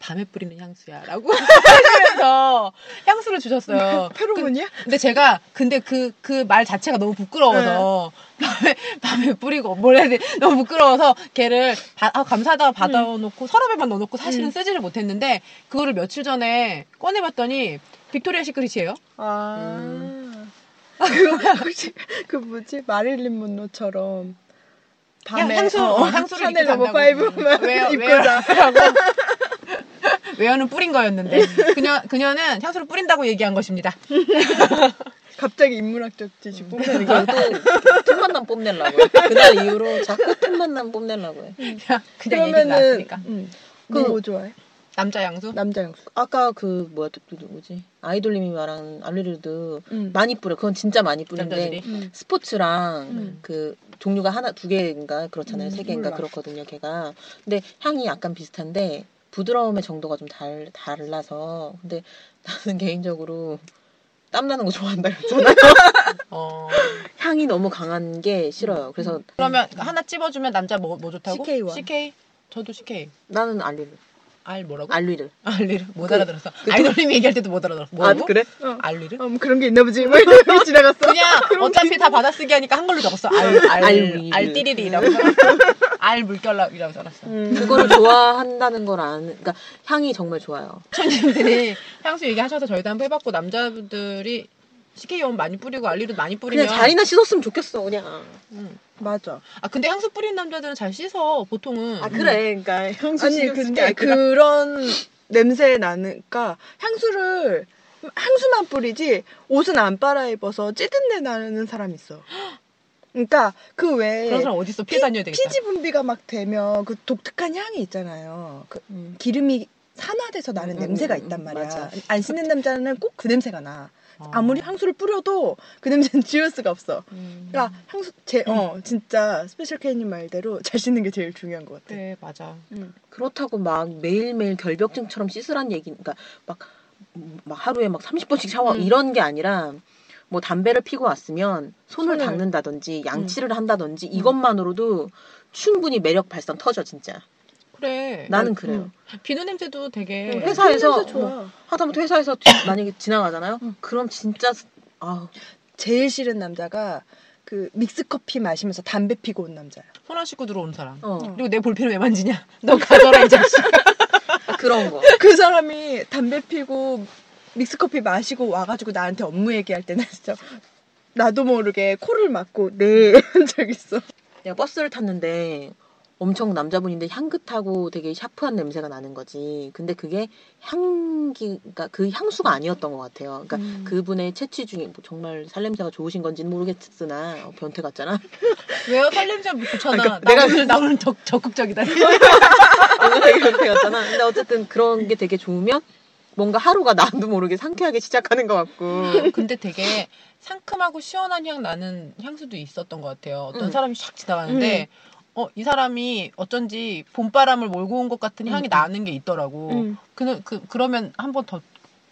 Speaker 1: 밤에 뿌리는 향수야라고 하시면서 향수를 주셨어요.
Speaker 3: 페로몬이야?
Speaker 1: 근데 제가 근데 그 그 말 자체가 너무 부끄러워서
Speaker 3: 네.
Speaker 1: 밤에 밤에 뿌리고 뭘 해야 돼 너무 부끄러워서 걔를 바- 아, 감사하다가 받아놓고 서랍에만 넣어놓고 사실은
Speaker 3: 음.
Speaker 1: 쓰지를 못했는데 그거를 며칠 전에 꺼내봤더니 빅토리아 시크릿이에요.
Speaker 3: 아.
Speaker 2: 음.
Speaker 3: 그거 혹시 그 뭐지 마릴린 문로처럼 밤에
Speaker 1: 향, 수
Speaker 3: 어,
Speaker 1: 향수를
Speaker 3: 샤넬
Speaker 1: 입고 간다고.
Speaker 3: 넘버 파이브만
Speaker 1: 왜요?
Speaker 3: 음. 입고
Speaker 1: 왜요?
Speaker 3: 자.
Speaker 1: 외연은 뿌린 거였는데 그녀 그녀는 향수를 뿌린다고 얘기한 것입니다.
Speaker 3: 갑자기 인문학적 지식
Speaker 1: 음.
Speaker 3: 뽐내는 거.
Speaker 2: 이거 틈 만남 뽐내려고 해. 그날 이후로 자꾸 틈 만남 뽐내려고 해.
Speaker 1: 그냥 그냥 얘기
Speaker 3: 그러면은
Speaker 1: 나왔으니까
Speaker 3: 음.
Speaker 2: 그-
Speaker 3: 그뭐 좋아해?
Speaker 1: 남자 향수.
Speaker 3: 남자 향수.
Speaker 2: 아까 그 뭐야 또 누구지? 아이돌님이 말한 알리르도
Speaker 3: 음.
Speaker 2: 많이 뿌려. 그건 진짜 많이 뿌리는데
Speaker 1: 남자들이
Speaker 3: 음.
Speaker 2: 스포츠랑
Speaker 3: 음.
Speaker 2: 그 종류가 하나 두 개인가 그렇잖아요.
Speaker 3: 음,
Speaker 2: 세 개인가
Speaker 3: 몰라.
Speaker 2: 그렇거든요. 걔가. 근데 향이 약간 비슷한데 부드러움의 정도가 좀 달, 달라서. 근데 나는 개인적으로 땀 나는 거 좋아한다 그랬잖아.
Speaker 1: 어
Speaker 2: 향이 너무 강한 게 싫어요. 그래서
Speaker 1: 그러면 하나 찝어주면 남자 뭐 뭐 좋다고?
Speaker 3: CK 원.
Speaker 1: CK? 저도 CK.
Speaker 2: 나는 알리르.
Speaker 1: 알 뭐라고?
Speaker 2: 알리르.
Speaker 1: 알리르 못
Speaker 2: 그-
Speaker 1: 알아들었어. 아이돌님이 얘기할 때도 못 알아들었어. 뭐라고?
Speaker 2: 아 그래?
Speaker 3: 어.
Speaker 1: 알리르?
Speaker 3: 어, 뭐 그런 게 있나 보지. 뭐 이렇게 지나갔어.
Speaker 1: 그냥 어차피 다 받아쓰기 하니까 한글로 적었어. 알, 알,
Speaker 2: 알리르.
Speaker 1: 알띠리리라고 적었어. 알 물결락이라고 적었어.
Speaker 3: 음.
Speaker 2: 그거를 좋아한다는 걸 아는. 그러니까 향이 정말 좋아요.
Speaker 1: 손님들이 향수 얘기하셔서 저희도 한번 해봤고 남자분들이 CK염 많이 뿌리고 알리르 많이 뿌리면
Speaker 2: 그냥 자리나 씻었으면 좋겠어 그냥. 아,
Speaker 1: 음.
Speaker 3: 맞아.
Speaker 1: 아 근데 향수 뿌리는 남자들은 잘 씻어 보통은.
Speaker 2: 아 그래. 그러니까 향수
Speaker 3: 아니
Speaker 2: 신경 쓰는 게
Speaker 3: 근데
Speaker 2: 아니라.
Speaker 3: 그런 냄새 나니까 향수를 향수만 뿌리지 옷은 안 빨아 입어서 찌든 내 나는 사람 있어. 그러니까 그
Speaker 1: 그런
Speaker 3: 외에
Speaker 1: 사람 어디 있어 피해 다녀야 되겠다.
Speaker 3: 피지 분비가 막 되면 그 독특한 향이 있잖아요. 그
Speaker 2: 음.
Speaker 3: 기름이 산화돼서 나는
Speaker 2: 음,
Speaker 3: 냄새가
Speaker 2: 음, 음,
Speaker 3: 있단
Speaker 2: 음,
Speaker 3: 말이야.
Speaker 2: 맞아.
Speaker 3: 안 씻는 남자는 꼭 그 냄새가 나.
Speaker 1: 어.
Speaker 3: 아무리 향수를 뿌려도 그 냄새는 지울 수가 없어.
Speaker 1: 음.
Speaker 3: 그러니까 향수 제 어 진짜 스페셜 K님 말대로 잘 씻는 게 제일 중요한 것 같아.
Speaker 1: 네 맞아.
Speaker 3: 음.
Speaker 2: 그렇다고 막 매일매일 결벽증처럼 씻으란 얘기, 그러니까 막, 막 하루에 막 30번씩 샤워
Speaker 3: 음.
Speaker 2: 이런 게 아니라 뭐 담배를 피고 왔으면 손을,
Speaker 3: 손을. 음.
Speaker 2: 닦는다든지 양치를 한다든지 이것만으로도 충분히 매력 발산 터져 진짜.
Speaker 1: 그래.
Speaker 2: 나는
Speaker 3: 음.
Speaker 2: 그래요.
Speaker 1: 비누 냄새도 되게
Speaker 3: 네.
Speaker 2: 음, 회사에서
Speaker 3: 냄새 좋아.
Speaker 2: 하다못해 회사에서 지- 만약에 지나가잖아요.
Speaker 3: 음.
Speaker 2: 그럼 진짜 아
Speaker 3: 제일 싫은 남자가 그 믹스 커피 마시면서 담배 피고 온 남자야.
Speaker 1: 손 안 씻고 들어오는 사람.
Speaker 2: 어,
Speaker 3: 음.
Speaker 1: 그리고 내 볼펜을 왜 만지냐? 너 가져라 이 자식.
Speaker 2: 그런 거.
Speaker 3: 그 사람이 담배 피고 믹스 커피 마시고 와가지고 나한테 업무 얘기할 때는 진짜 나도 모르게 코를 막고 네한적 있어.
Speaker 2: 내가 버스를 탔는데 엄청 남자분인데 향긋하고 되게 샤프한 냄새가 나는 거지. 근데 그게 향기, 그러니까 그 향수가 아니었던 것 같아요. 그러니까
Speaker 3: 음.
Speaker 2: 그분의 채취 중에 뭐 정말 살냄새가 좋으신 건지는 모르겠으나 어, 변태 같잖아.
Speaker 1: 왜요? 살냄새 좋잖아.
Speaker 2: 아, 그러니까
Speaker 1: 나
Speaker 2: 내가-
Speaker 1: 오늘 나 오늘 적, 적극적이다.
Speaker 2: 변태, 변태 같잖아. 근데 어쨌든 그런 게 되게 좋으면 뭔가 하루가 나도 모르게 상쾌하게 시작하는 것 같고.
Speaker 1: 근데 되게 상큼하고 시원한 향 나는 향수도 있었던 것 같아요. 어떤
Speaker 2: 음.
Speaker 1: 사람이 샥 지나가는데 어, 이 사람이 어쩐지 봄바람을 몰고 온 것 같은 향이
Speaker 2: 음,
Speaker 1: 나는 게 있더라고.
Speaker 3: 음.
Speaker 1: 그, 그, 그러면 한 번 더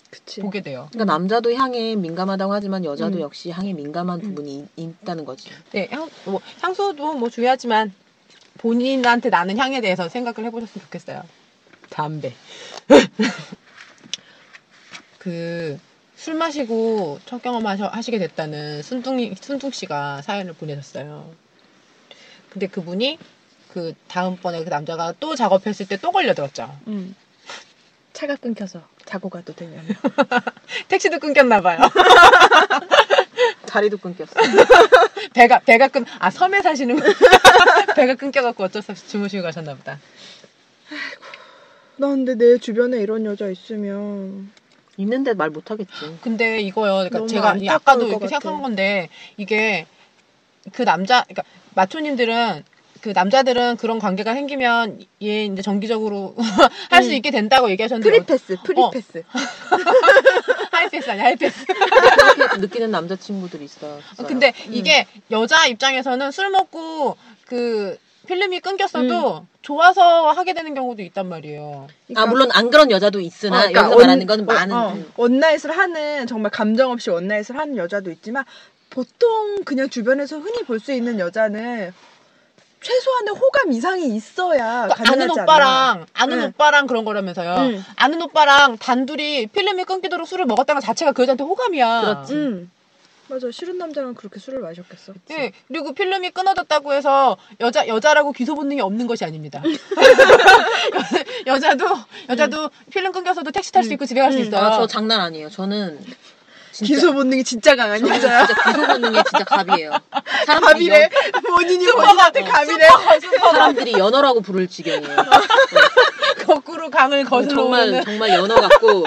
Speaker 3: 그치.
Speaker 1: 보게 돼요.
Speaker 2: 그러니까 남자도 향에 민감하다고 하지만 여자도
Speaker 3: 음.
Speaker 2: 역시 향에 민감한
Speaker 3: 음.
Speaker 2: 부분이 있- 있다는 거지.
Speaker 1: 네, 향, 뭐, 향수도 뭐 중요하지만 본인한테 나는 향에 대해서 생각을 해보셨으면 좋겠어요. 담배. 그, 술 마시고 첫 경험하셔, 하시게 됐다는 순둥이, 순둥 씨가 사연을 보내셨어요. 근데 그분이 그 다음번에 그 남자가 또 작업했을 때 또 걸려들었죠.
Speaker 3: 음. 차가 끊겨서 자고 가도 되냐며.
Speaker 1: 택시도 끊겼나봐요.
Speaker 2: 다리도 끊겼어.
Speaker 1: 배가, 배가 끊, 아, 섬에 사시는 분. 배가 끊겨갖고 어쩔 수 없이 주무시고 가셨나보다.
Speaker 3: 나 근데 내 주변에 이런 여자 있으면
Speaker 2: 있는데 말 못하겠지.
Speaker 1: 근데 이거요. 그러니까
Speaker 3: 너무
Speaker 1: 제가 이
Speaker 3: 안타까울
Speaker 1: 아까도
Speaker 3: 것
Speaker 1: 이렇게
Speaker 3: 같아.
Speaker 1: 생각한 건데 이게 그 남자, 그러니까 마초님들은 그 남자들은 그런 관계가 생기면 얘 이제 정기적으로 할 수
Speaker 3: 음.
Speaker 1: 있게 된다고 얘기하셨는데
Speaker 3: 프리패스,
Speaker 1: 어.
Speaker 3: 프리패스.
Speaker 1: 하이패스 아니야 하이패스.
Speaker 2: 그렇게 느끼는 남자친구들이 있어.
Speaker 1: 아, 근데
Speaker 3: 음.
Speaker 1: 이게 여자 입장에서는 술 먹고 그 필름이 끊겼어도
Speaker 3: 음.
Speaker 1: 좋아서 하게 되는 경우도 있단 말이에요.
Speaker 3: 그러니까
Speaker 2: 아 물론 안 그런 여자도 있으나
Speaker 3: 어, 그러니까
Speaker 2: 아, 여기서
Speaker 3: 언-
Speaker 2: 말하는 건 많은.
Speaker 3: 어,
Speaker 2: 음.
Speaker 3: 원나잇을 하는 정말 감정 없이 원나잇을 하는 여자도 있지만 보통 그냥 주변에서 흔히 볼 수 있는 여자는 최소한의 호감 이상이 있어야
Speaker 1: 그러니까
Speaker 3: 가능하지 음.
Speaker 1: 아는
Speaker 3: 않나.
Speaker 1: 오빠랑 아는
Speaker 3: 응.
Speaker 1: 오빠랑 그런 거라면서요.
Speaker 3: 응.
Speaker 1: 아는 오빠랑 단둘이 필름이 끊기도록 술을 먹었다는 것 자체가 그 여자한테 호감이야.
Speaker 2: 그렇지.
Speaker 1: 음.
Speaker 3: 응. 맞아. 싫은 남자랑 그렇게 술을 마셨겠어.
Speaker 1: 예, 그리고 필름이 끊어졌다고 해서 여자 여자라고 귀소 본능이 없는 것이 아닙니다. 여, 자도 여자도 필름 끊겨서도 택시 탈 수 있고 집에 갈 수
Speaker 3: 음.
Speaker 1: 있어요.
Speaker 2: 아, 저 장난 아니에요. 저는 진짜
Speaker 3: 기소 본능이 진짜 강한
Speaker 2: 저는
Speaker 3: 여자야.
Speaker 2: 진짜 기소 본능에 진짜 갑이에요. 사람들이
Speaker 3: 갑이래.
Speaker 2: 연,
Speaker 3: 본인이 본인한테 갑이래.
Speaker 2: 사람들이 연어라고 부를 지경이에요.
Speaker 1: 거꾸로 강을 거슬러
Speaker 2: 정말
Speaker 1: 오는
Speaker 2: 정말 연어 같고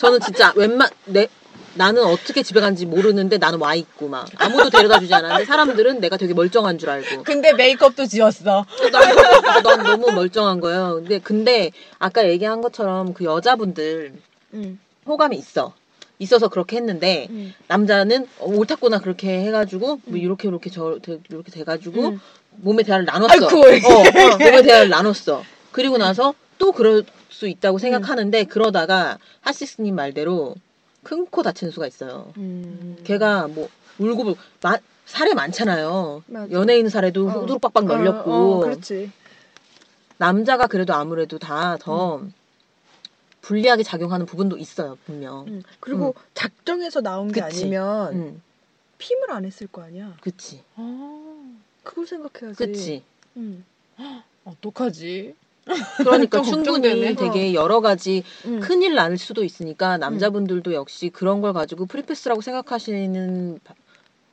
Speaker 2: 저는 진짜 웬만 내 나는 어떻게 집에 간지 모르는데 나는 와 있고 막 아무도 데려다 주지 않았는데 사람들은 내가 되게 멀쩡한 줄 알고
Speaker 1: 근데 메이크업도 지웠어.
Speaker 2: 난, 난 너무 멀쩡한 거예요. 근데 근데 아까 얘기한 것처럼 그 여자분들
Speaker 3: 응.
Speaker 2: 호감이 있어. 있어서 그렇게 했는데
Speaker 1: 음.
Speaker 3: 응.
Speaker 2: 남자는 어, 옳다구나 그렇게 해가지고 뭐 이렇게 이렇게 저 되- 이렇게 돼가지고
Speaker 3: 음.
Speaker 2: 몸의 대화를 나눴어.
Speaker 1: 아이쿠.
Speaker 2: 어, 어, 몸의 대화를 나눴어. 그리고 나서 또 그럴 수 있다고
Speaker 3: 음.
Speaker 2: 생각하는데 그러다가 하시스님 말대로 큰 코 다친 수가 있어요.
Speaker 3: 음.
Speaker 2: 걔가 뭐 울고 마, 사례 많잖아요.
Speaker 3: 맞아.
Speaker 2: 연예인 사례도
Speaker 3: 어.
Speaker 2: 후두룩빡빡 널렸고
Speaker 3: 어, 어, 그렇지.
Speaker 2: 남자가 그래도 아무래도 다 더
Speaker 3: 음.
Speaker 2: 불리하게 작용하는 부분도 있어요 분명.
Speaker 3: 응. 음. 그리고 작정해서 나온 게
Speaker 2: 음. 그치.
Speaker 3: 아니면
Speaker 2: 음,
Speaker 3: 핌을 안 했을 거 아니야.
Speaker 2: 그치,
Speaker 1: 아,
Speaker 3: 그걸 생각해야지. 음.
Speaker 2: 그치.
Speaker 3: 응.
Speaker 1: 어떡하지?
Speaker 2: 그러니까
Speaker 1: 좀
Speaker 2: 충분히
Speaker 1: 걱정되네.
Speaker 2: 되게 여러 가지
Speaker 3: 응.
Speaker 2: 큰일 날 수도 있으니까 남자분들도 역시 그런 걸 가지고 프리패스라고 생각하시는 바-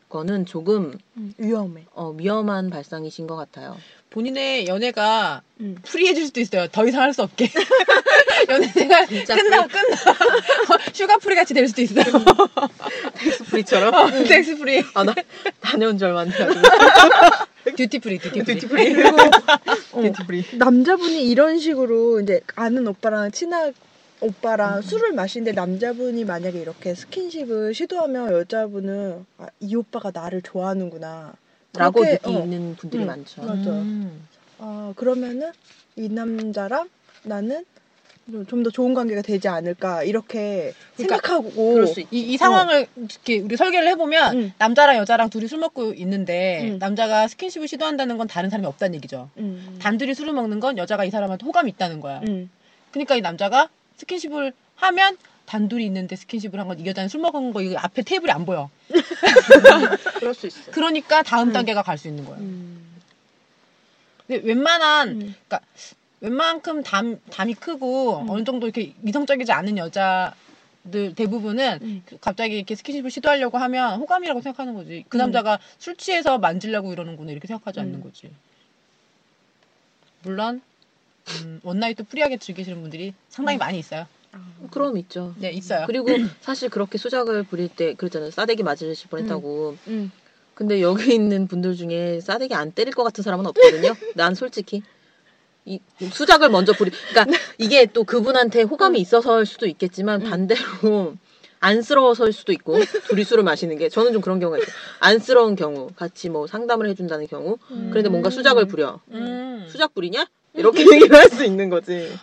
Speaker 2: 거는 조금
Speaker 3: 응. 음. 위험해.
Speaker 2: 어, 위험한 발상이신 것 같아요.
Speaker 1: 본인의 연애가
Speaker 2: 음.
Speaker 3: 응.
Speaker 1: 프리해질 수도 있어요. 더 이상 할 수 없게. 연애가
Speaker 2: 진짜
Speaker 1: 끝나 끝나. 슈가 프리 같이 될 수도 있어요.
Speaker 2: 텍스 프리처럼?
Speaker 1: 섹스 프리,
Speaker 2: 아, 나 다녀온 줄 알았는데. 아주.
Speaker 1: 듀티 프리, 듀티 프리.
Speaker 2: 듀티 프리.
Speaker 3: 그리고
Speaker 2: 듀티 프리.
Speaker 3: 남자분이 이런 식으로 이제 아는 오빠랑 친한
Speaker 2: 음.
Speaker 3: 오빠랑 술을 마시는데 남자분이 만약에 이렇게 스킨십을 시도하면 여자분은 아, 이 오빠가 나를 좋아하는구나.
Speaker 2: 어, 라고
Speaker 3: 그렇게,
Speaker 2: 느끼는 분들이
Speaker 3: 음.
Speaker 2: 많죠.
Speaker 3: 음. 맞아.
Speaker 1: 음.
Speaker 3: 아, 그러면은 이 남자랑 나는 좀 더 좋은 관계가 되지 않을까 이렇게
Speaker 1: 그러니까
Speaker 3: 생각하고
Speaker 2: 그럴 수 있-
Speaker 1: 이, 이
Speaker 3: 어.
Speaker 1: 상황을 이렇게 우리 설계를 해보면
Speaker 3: 응.
Speaker 1: 남자랑 여자랑 둘이 술 먹고 있는데
Speaker 3: 응.
Speaker 1: 남자가 스킨십을 시도한다는 건 다른 사람이 없다는 얘기죠.
Speaker 3: 음.
Speaker 1: 단둘이 술을 먹는 건 여자가 이 사람한테 호감이 있다는 거야.
Speaker 3: 음.
Speaker 1: 그러니까 이 남자가 스킨십을 하면 단둘이 있는데 스킨십을 한 건 이 여자는 술 먹은 거 이거 앞에 테이블이 안 보여.
Speaker 2: 그럴 수 있어.
Speaker 1: 그러니까 다음
Speaker 3: 응.
Speaker 1: 단계가 갈 수 있는 거예요.
Speaker 3: 음.
Speaker 1: 근데 웬만한
Speaker 3: 음.
Speaker 1: 웬만큼 담, 담이 크고
Speaker 3: 음.
Speaker 1: 어느 정도 이렇게 이성적이지 않은 여자들 대부분은
Speaker 3: 음.
Speaker 1: 갑자기 이렇게 스킨십을 시도하려고 하면 호감이라고 생각하는 거지. 그
Speaker 3: 음.
Speaker 1: 남자가 술 취해서 만지려고 이러는구나 이렇게 생각하지 않는
Speaker 3: 음.
Speaker 1: 거지. 물론 음, 원나잇도 프리하게 즐기시는 분들이
Speaker 3: 음.
Speaker 1: 상당히 많이 있어요.
Speaker 2: 그럼 있죠.
Speaker 1: 네, 있어요.
Speaker 2: 그리고 사실 그렇게 수작을 부릴 때 그랬잖아요. 싸대기 맞으실 뻔했다고.
Speaker 3: 음.
Speaker 2: 근데 여기 있는 분들 중에 싸대기 안 때릴 것 같은 사람은 없거든요. 난 솔직히 이 수작을
Speaker 1: 음.
Speaker 2: 먼저 부리. 그러니까 이게 또 그분한테 호감이 있어서일 수도 있겠지만 반대로 안쓰러워서일 수도 있고 둘이 술을 마시는 게 저는 좀 그런 경우가 있어요. 안쓰러운 경우 같이 뭐 상담을 해준다는 경우
Speaker 3: 음.
Speaker 2: 그런데 뭔가 수작을 부려
Speaker 1: 음.
Speaker 2: 수작 부리냐 이렇게 얘기를 할 수 있는 거지.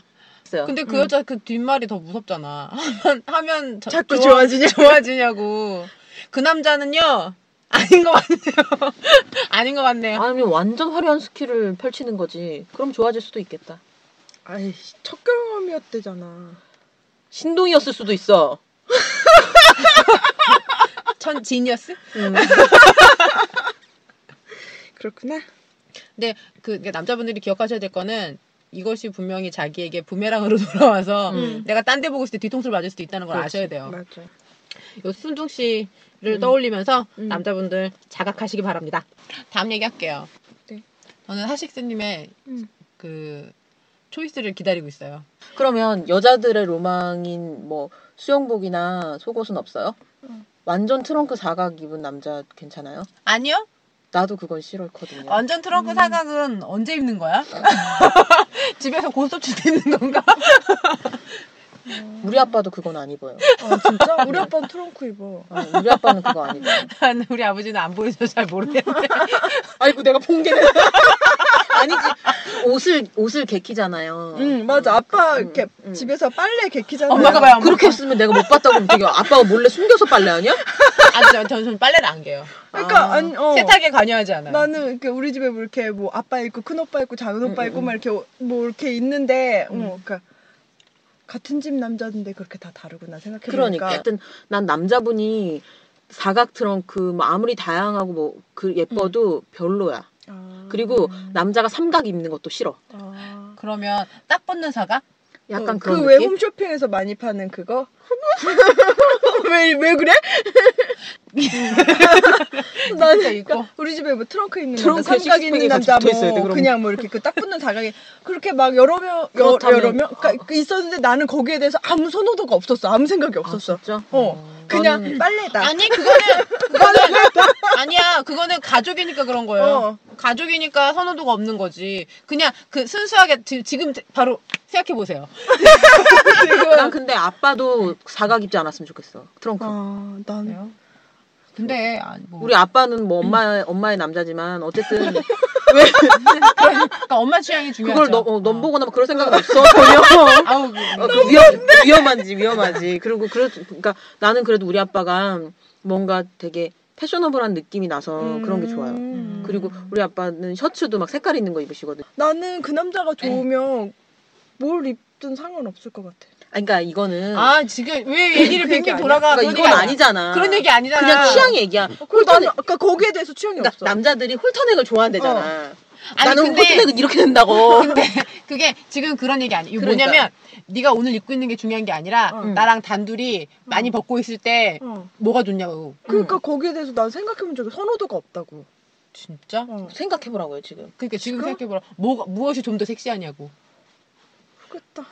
Speaker 2: 있어요.
Speaker 1: 근데
Speaker 3: 음.
Speaker 1: 그 여자 그 뒷말이 더 무섭잖아. 하면 하면 저-
Speaker 2: 어.
Speaker 3: 자꾸 좋아지냐?
Speaker 1: 좋아지냐고. 그 남자는요 아닌 것 같네요. 아닌 것 같네요.
Speaker 2: 아니면 완전 화려한 스킬을 펼치는 거지. 그럼 좋아질 수도 있겠다.
Speaker 3: 아이 첫 경험이었대잖아.
Speaker 2: 신동이었을 수도 있어.
Speaker 1: 전 지니어스?
Speaker 2: 음.
Speaker 3: 그렇구나.
Speaker 1: 근데 그 이게 남자분들이 기억하셔야 될 거는 이것이 분명히 자기에게 부메랑으로 돌아와서
Speaker 2: 음.
Speaker 1: 내가 딴 데 보고 있을 때 뒤통수를 맞을 수도 있다는 걸
Speaker 2: 그렇지.
Speaker 1: 아셔야 돼요.
Speaker 3: 맞아.
Speaker 1: 요 순둥 씨를 떠올리면서
Speaker 3: 네. 음.
Speaker 1: 남자분들 자각하시기 바랍니다. 다음 얘기할게요.
Speaker 3: 네.
Speaker 1: 저는 하식스님의
Speaker 3: 음.
Speaker 1: 그 초이스를 기다리고 있어요.
Speaker 2: 그러면 여자들의 로망인 뭐 수영복이나 속옷은 없어요?
Speaker 3: 응.
Speaker 2: 완전 트렁크 사각 입은 남자 괜찮아요?
Speaker 1: 아니요?
Speaker 2: 나도 그건 싫었거든요.
Speaker 1: 완전 트렁크 사각은 언제 입는 거야? 집에서 고스톱칠 때 입는 건가?
Speaker 2: 우리 아빠도 그건 안 입어요.
Speaker 3: 아 진짜? 우리 아빠는 트렁크 입어.
Speaker 2: 어, 우리 아빠는 그거 안 입어요.
Speaker 1: 나는 우리 아버지는 안 보여서 잘 모르겠는데.
Speaker 2: 아이고 내가 봉개네. 아니지 옷을 옷을 개키잖아요.
Speaker 3: 응 맞아. 아빠
Speaker 2: 음,
Speaker 3: 이렇게
Speaker 2: 음.
Speaker 3: 집에서 빨래 개키잖아.
Speaker 1: 엄마가 봐요. 엄마.
Speaker 2: 그렇게 했으면 내가 못 봤다고 하면 되게 아빠가 몰래 숨겨서 빨래하냐?
Speaker 1: 아, 저는, 저는 빨래를 안 개요.
Speaker 3: 그러니까
Speaker 2: 아,
Speaker 3: 아니 어.
Speaker 1: 세탁에 관여하지 않아요.
Speaker 3: 나는 이렇게 우리 집에 뭐 이렇게 뭐 아빠 있고 큰 오빠 있고 작은 오빠
Speaker 2: 음,
Speaker 3: 있고
Speaker 2: 음.
Speaker 3: 막 이렇게 뭐 이렇게 있는데
Speaker 2: 음.
Speaker 3: 어, 그러니까 같은 집 남자인데 그렇게 다 다르구나 생각해
Speaker 2: 그러니까
Speaker 3: 보니까.
Speaker 2: 하여튼 난 남자분이 사각 트렁크 뭐 아무리 다양하고 뭐 그 예뻐도 별로야.
Speaker 3: 아.
Speaker 2: 그리고 남자가 삼각 입는 것도 싫어.
Speaker 3: 아.
Speaker 1: 그러면 딱 붙는 사각?
Speaker 2: 약간
Speaker 3: 어,
Speaker 2: 그런
Speaker 3: 그
Speaker 2: 느낌.
Speaker 3: 왜 홈쇼핑에서 많이 파는 그거? 왜, 왜 그래?
Speaker 1: 진짜
Speaker 3: 나는
Speaker 1: 이거.
Speaker 3: 우리 집에 뭐 트렁크 있는
Speaker 2: 트렁크에
Speaker 3: 남자, 삼각 있는
Speaker 2: 식스팩이 같이
Speaker 3: 남자,
Speaker 2: 붙어있어야 돼,
Speaker 3: 뭐
Speaker 2: 그럼.
Speaker 3: 그냥 뭐 이렇게 그 딱 붙는 사각이 그렇게 막 여러 명, 여,
Speaker 2: 그렇다면-
Speaker 3: 러 명, 그러니까 있었는데 나는 거기에 대해서 아무 선호도가 없었어. 아무 생각이 없었어.
Speaker 2: 아, 진짜?
Speaker 3: 어, 그냥
Speaker 2: 나는-
Speaker 3: 빨래다.
Speaker 1: 아니, 그거는, 그거는, 아니야. 그거는 가족이니까 그런 거예요.
Speaker 3: 어.
Speaker 1: 가족이니까 선호도가 없는 거지. 그냥 그 순수하게 지- 지금 바로 생각해보세요.
Speaker 2: 난 근데 아빠도 사각 입지 않았으면 좋겠어. 트렁크.
Speaker 3: 아, 나는
Speaker 1: 근데, 아니, 뭐.
Speaker 2: 우리 아빠는 뭐 엄마 엄마의 남자지만 어쨌든
Speaker 1: 그러니까 엄마 취향이 중요하죠.
Speaker 2: 그걸 너, 어,
Speaker 1: 어.
Speaker 2: 넌 보거나 뭐 그럴 생각은 없어 전혀.
Speaker 1: 아우, 그-
Speaker 2: 어, 그 위험 위험한지 위험하지. 그리고 그러, 그러니까 나는 그래도 우리 아빠가 뭔가 되게 패셔너블한 느낌이 나서 어, 그런 게 좋아요.
Speaker 3: 음.
Speaker 2: 그리고 우리 아빠는 셔츠도 막 색깔 있는 거 입으시거든. 요
Speaker 3: 나는 그 남자가
Speaker 2: 네.
Speaker 3: 좋으면 뭘 입든 상관없을 것 같아.
Speaker 2: 그러니까 이거는
Speaker 1: 아, 지금 왜 얘기를
Speaker 3: 그 얘기
Speaker 1: 빙빙
Speaker 3: 아니야.
Speaker 1: 돌아가. 그런
Speaker 2: 그러니까 이건
Speaker 1: 얘기 아니야.
Speaker 2: 아니잖아.
Speaker 1: 그런 얘기 아니잖아.
Speaker 2: 어, 그냥 취향 얘기야.
Speaker 3: 어, 그리고 나는 아까 거기에 대해서 취향이
Speaker 2: 그러니까
Speaker 3: 없어.
Speaker 2: 남자들이 홀터넥을 좋아한대잖아.
Speaker 1: 아니,
Speaker 2: 나는
Speaker 1: 근데-
Speaker 2: 홀터넥은 이렇게 된다고.
Speaker 1: 근데 네. 그게 지금 그런 얘기 아니야. 이거
Speaker 2: 그러니까.
Speaker 1: 뭐냐면 네가 오늘 입고 있는 게 중요한 게 아니라
Speaker 3: 응.
Speaker 1: 나랑 단둘이 많이 벗고 있을 때
Speaker 2: 음.
Speaker 3: 어.
Speaker 1: 뭐가 좋냐고.
Speaker 3: 그러니까 거기에 대해서 난 생각해본 적이 선호도가 없다고.
Speaker 1: 진짜?
Speaker 2: 음.
Speaker 3: 어.
Speaker 2: 생각해보라고요 지금.
Speaker 1: 그러니까 지금 생각해보라. 뭐가 무엇이 좀 더 섹시하냐고.
Speaker 3: 그렇다.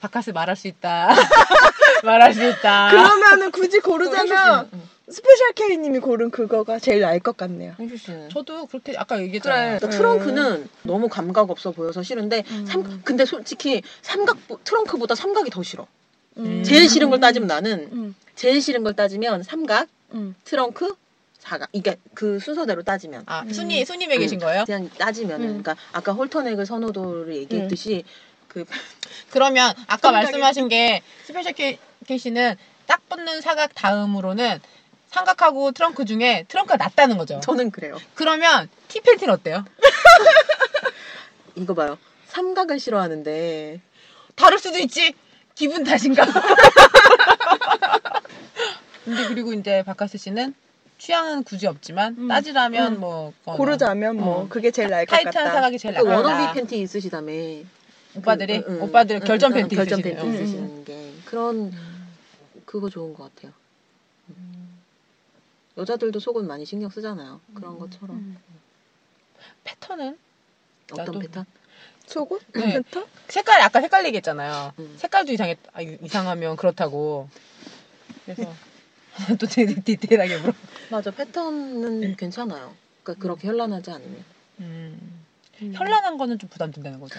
Speaker 1: 바깥에 말할 수 있다. 말할 수
Speaker 2: 아.
Speaker 1: 있다.
Speaker 3: 그러면은 굳이
Speaker 2: 어,
Speaker 3: 고르자면 스페셜 K님이 고른 그거가 제일 나을 것 같네요.
Speaker 2: 홍수 씨는.
Speaker 1: 저도 그렇게 아까
Speaker 2: 그래.
Speaker 1: 얘기했잖아요.
Speaker 2: 그러니까 트렁크는 너무 감각 없어 보여서 싫은데 삼 근데 솔직히 삼각 트렁크보다 삼각이 더 싫어.
Speaker 1: 음.
Speaker 2: 제일 싫은 걸 따지면 나는
Speaker 3: 음.
Speaker 2: 제일 싫은 걸 따지면 삼각,
Speaker 3: 음.
Speaker 2: 트렁크, 사각. 이게 그 순서대로 따지면.
Speaker 1: 아, 순이 순님에 계신
Speaker 2: 음,
Speaker 1: 거예요?
Speaker 2: 그냥 따지면 은
Speaker 3: 음.
Speaker 2: 그러니까 아까 홀터넥을 선호도를 얘기했듯이 그
Speaker 1: 그러면 아까
Speaker 3: 깜짝이야.
Speaker 1: 말씀하신 게 스페셜 케- 케이시는 딱 붙는 사각 다음으로는 삼각하고 트렁크 중에 트렁크가 낫다는 거죠.
Speaker 2: 저는 그래요.
Speaker 1: 그러면 티팬티는 어때요?
Speaker 2: 이거 봐요. 삼각은 싫어하는데
Speaker 1: 다를 수도 있지. 기분 탓인가? 근데 그리고 이제 박카스 씨는 취향은 굳이 없지만 따지라면 뭐 그거는
Speaker 3: 고르자면 뭐
Speaker 1: 어.
Speaker 3: 그게 제일 나을 것 같다.
Speaker 1: 타이트한 사각이 제일
Speaker 2: 그
Speaker 1: 낫다.
Speaker 2: 워너비 팬티 있으시다며.
Speaker 1: 오빠들이
Speaker 2: 그, 응, 응.
Speaker 1: 오빠들 결전
Speaker 2: 응,
Speaker 1: 팬티
Speaker 2: 응, 결전
Speaker 1: 있으시네요. 음.
Speaker 2: 팬티 음.
Speaker 3: 응, 응.
Speaker 2: 있으시는 게 그런 그거 좋은 것 같아요. 음. 여자들도 속은 많이 신경 쓰잖아요. 그런 것처럼
Speaker 3: 음.
Speaker 1: 패턴은
Speaker 2: 어떤
Speaker 1: 나도.
Speaker 2: 패턴?
Speaker 3: 속옷?
Speaker 1: 네.
Speaker 3: 펜터?
Speaker 1: 색깔 아까 색깔 얘기했잖아요.
Speaker 2: 음.
Speaker 1: 색깔도 이상했 아, 이- 이상하면 그렇다고. 그래서 또 되게 디테일하게 물어.
Speaker 2: 맞아 패턴은 괜찮아요. 그러니까 그렇게 현란하지 않으면
Speaker 3: 음.
Speaker 1: 음. 현란한 거는 좀 부담된다는 거죠.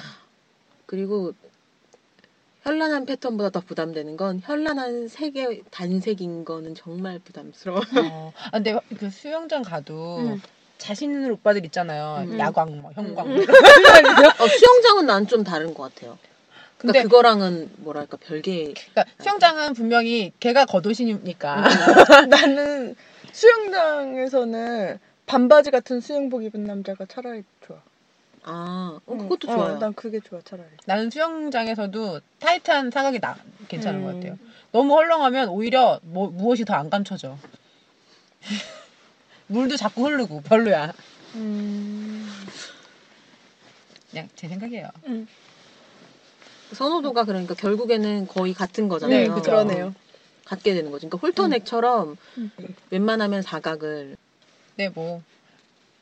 Speaker 2: 그리고 현란한 패턴보다 더 부담되는 건 현란한 색의 단색인 거는 정말 부담스러워.
Speaker 1: 어, 아, 근데 그 수영장 가도
Speaker 2: 네. 음.
Speaker 1: 자신 있는 오빠들 있잖아요.
Speaker 2: 음.
Speaker 1: 야광, 뭐, 형광.
Speaker 2: 음.
Speaker 1: 뭐.
Speaker 2: 어, 수영장은 난 좀 다른 것 같아요.
Speaker 1: 근데
Speaker 2: 그러니까 그거랑은 뭐랄까 별개의
Speaker 1: 그러니까 수영장은 분명히 걔가 겉옷이니까.
Speaker 2: 음.
Speaker 3: 아, 나는 수영장에서는 반바지 같은 수영복 입은 남자가 차라리 좋아.
Speaker 2: 아 어,
Speaker 1: 음.
Speaker 3: 응.
Speaker 2: 그것도
Speaker 3: 어,
Speaker 2: 좋아요.
Speaker 3: 난 그게 좋아 차라리.
Speaker 1: 나는 수영장에서도 타이트한 사각이 나, 괜찮은 것
Speaker 3: 음.
Speaker 1: 같아요. 너무 헐렁하면 오히려 뭐, 무엇이 더 안 감춰져. 물도 자꾸 흐르고 별로야.
Speaker 3: 음.
Speaker 1: 그냥 제 생각이에요.
Speaker 3: 음.
Speaker 2: 선호도가 그러니까 결국에는 거의 같은 거잖아요.
Speaker 1: 네,
Speaker 3: 네,
Speaker 1: 그죠.
Speaker 3: 그러네요.
Speaker 2: 같게 되는 거죠. 그러니까 홀터넥처럼
Speaker 3: 음.
Speaker 2: 웬만하면 사각을
Speaker 1: 네, 뭐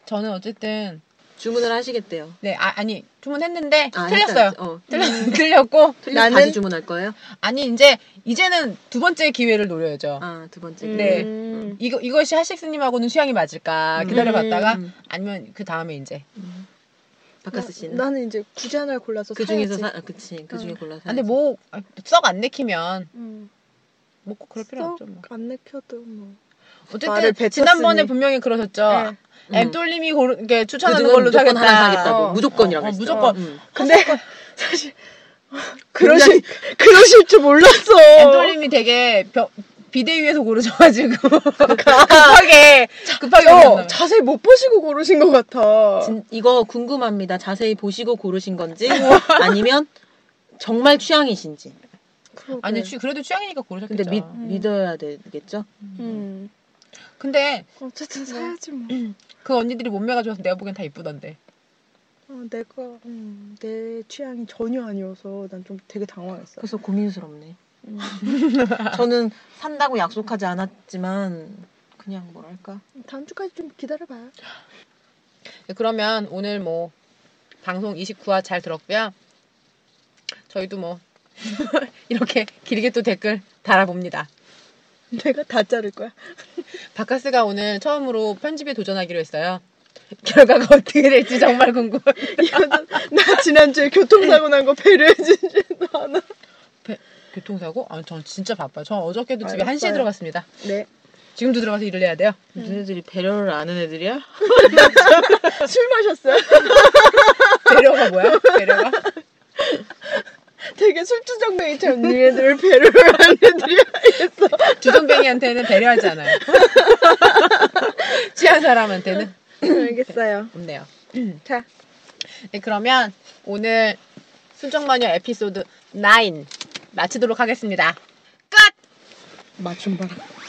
Speaker 1: 저는 어쨌든
Speaker 2: 주문을 하시겠대요.
Speaker 1: 네, 아, 아니 주문했는데
Speaker 2: 아,
Speaker 1: 틀렸어요.
Speaker 2: 했다. 어,
Speaker 1: 틀렸, 틀렸고
Speaker 2: 틀리면
Speaker 3: 나는-
Speaker 2: 다시 주문할 거예요.
Speaker 1: 아니 이제 이제는 두 번째 기회를 노려야죠.
Speaker 2: 아 두 번째.
Speaker 3: 음.
Speaker 1: 네.
Speaker 3: 음.
Speaker 1: 이거 이것이 하식스님하고는 취향이 맞을까
Speaker 2: 음.
Speaker 1: 기다려봤다가
Speaker 2: 음.
Speaker 1: 아니면 그 다음에 이제
Speaker 2: 바카스 씨는
Speaker 3: 나, 는 이제 굳이 하나를 골라서
Speaker 2: 그 중에서
Speaker 3: 사야지.
Speaker 2: 사, 아, 그치 그 중에 골라서.
Speaker 1: 근데
Speaker 2: 사야지.
Speaker 1: 음. 뭐썩 안 내키면
Speaker 3: 음.
Speaker 1: 뭐 꼭 그럴 필요 없죠. 뭐.
Speaker 3: 썩안 내켜도 뭐. 말을
Speaker 1: 어쨌든
Speaker 3: 뱉었으니.
Speaker 1: 지난번에 분명히 그러셨죠.
Speaker 3: 네.
Speaker 2: 네.
Speaker 1: 앱돌님이 고르, 이렇게 추천하는
Speaker 2: 그중엔
Speaker 1: 걸로
Speaker 2: 무조건
Speaker 1: 사겠다.
Speaker 2: 하나 사겠다고
Speaker 3: 어.
Speaker 2: 무조건이라고
Speaker 1: 어,
Speaker 2: 했어.
Speaker 1: 무조건.
Speaker 2: 음.
Speaker 3: 근데 사실 그러실 그러실 줄 몰랐어.
Speaker 1: 앱돌님이 되게 벼- 비대위에서 고르셔가지고 급하게 급하게
Speaker 3: 어,
Speaker 1: 오셨나 봐요.
Speaker 3: 자세히 못 보시고 고르신 것 같아.
Speaker 2: 진- 이거 궁금합니다. 자세히 보시고 고르신 건지 아니면 정말 취향이신지.
Speaker 3: 그러게.
Speaker 1: 아니 취- 그래도 취향이니까 고르셨겠죠.
Speaker 2: 근데
Speaker 1: 근데,
Speaker 2: 믿, 믿어야 되겠죠?
Speaker 3: 음. 어쨌든 사야지 뭐.
Speaker 1: 그 언니들이 몸매가 좋아서 내가 보기엔 다 이쁘던데.
Speaker 3: 어, 내가 음, 내 취향이 전혀 아니어서 난 좀 되게 당황했어.
Speaker 2: 그래서 고민스럽네.
Speaker 3: 음.
Speaker 2: 저는 산다고 약속하지 않았지만 그냥 뭐랄까.
Speaker 3: 다음 주까지 좀 기다려봐요.
Speaker 1: 그러면 오늘 뭐 방송 29화 잘 들었고요. 저희도 뭐 이렇게 길게 또 댓글 달아봅니다.
Speaker 3: 내가 다 자를 거야.
Speaker 1: 바카스가 오늘 처음으로 편집에 도전하기로 했어요. 결과가 어떻게 될지 정말 궁금해.
Speaker 3: 이거는 나 지난주에 교통사고 난 거 배려해주지도 않아.
Speaker 1: 교통사고? 아, 전 진짜 바빠요. 전 어저께도 집에
Speaker 3: 알았어요.
Speaker 1: 1시에 들어갔습니다.
Speaker 3: 네.
Speaker 1: 지금도 들어가서 일을 해야 돼요.
Speaker 2: 너네들이 배려를 아는 애들이야?
Speaker 3: 술 마셨어요?
Speaker 1: 배려가 뭐야? 배려가?
Speaker 3: 되게 술주정뱅이처럼 니네들 배려를 안 해드려.
Speaker 1: 주선뱅이한테는 배려하지 않아요. 취한 사람한테는
Speaker 3: 알겠어요.
Speaker 1: 없네요.
Speaker 3: 자,
Speaker 1: 네, 그러면 오늘 순정마녀 에피소드 9 마치도록 하겠습니다. 끝!
Speaker 3: 맞춤 봐라.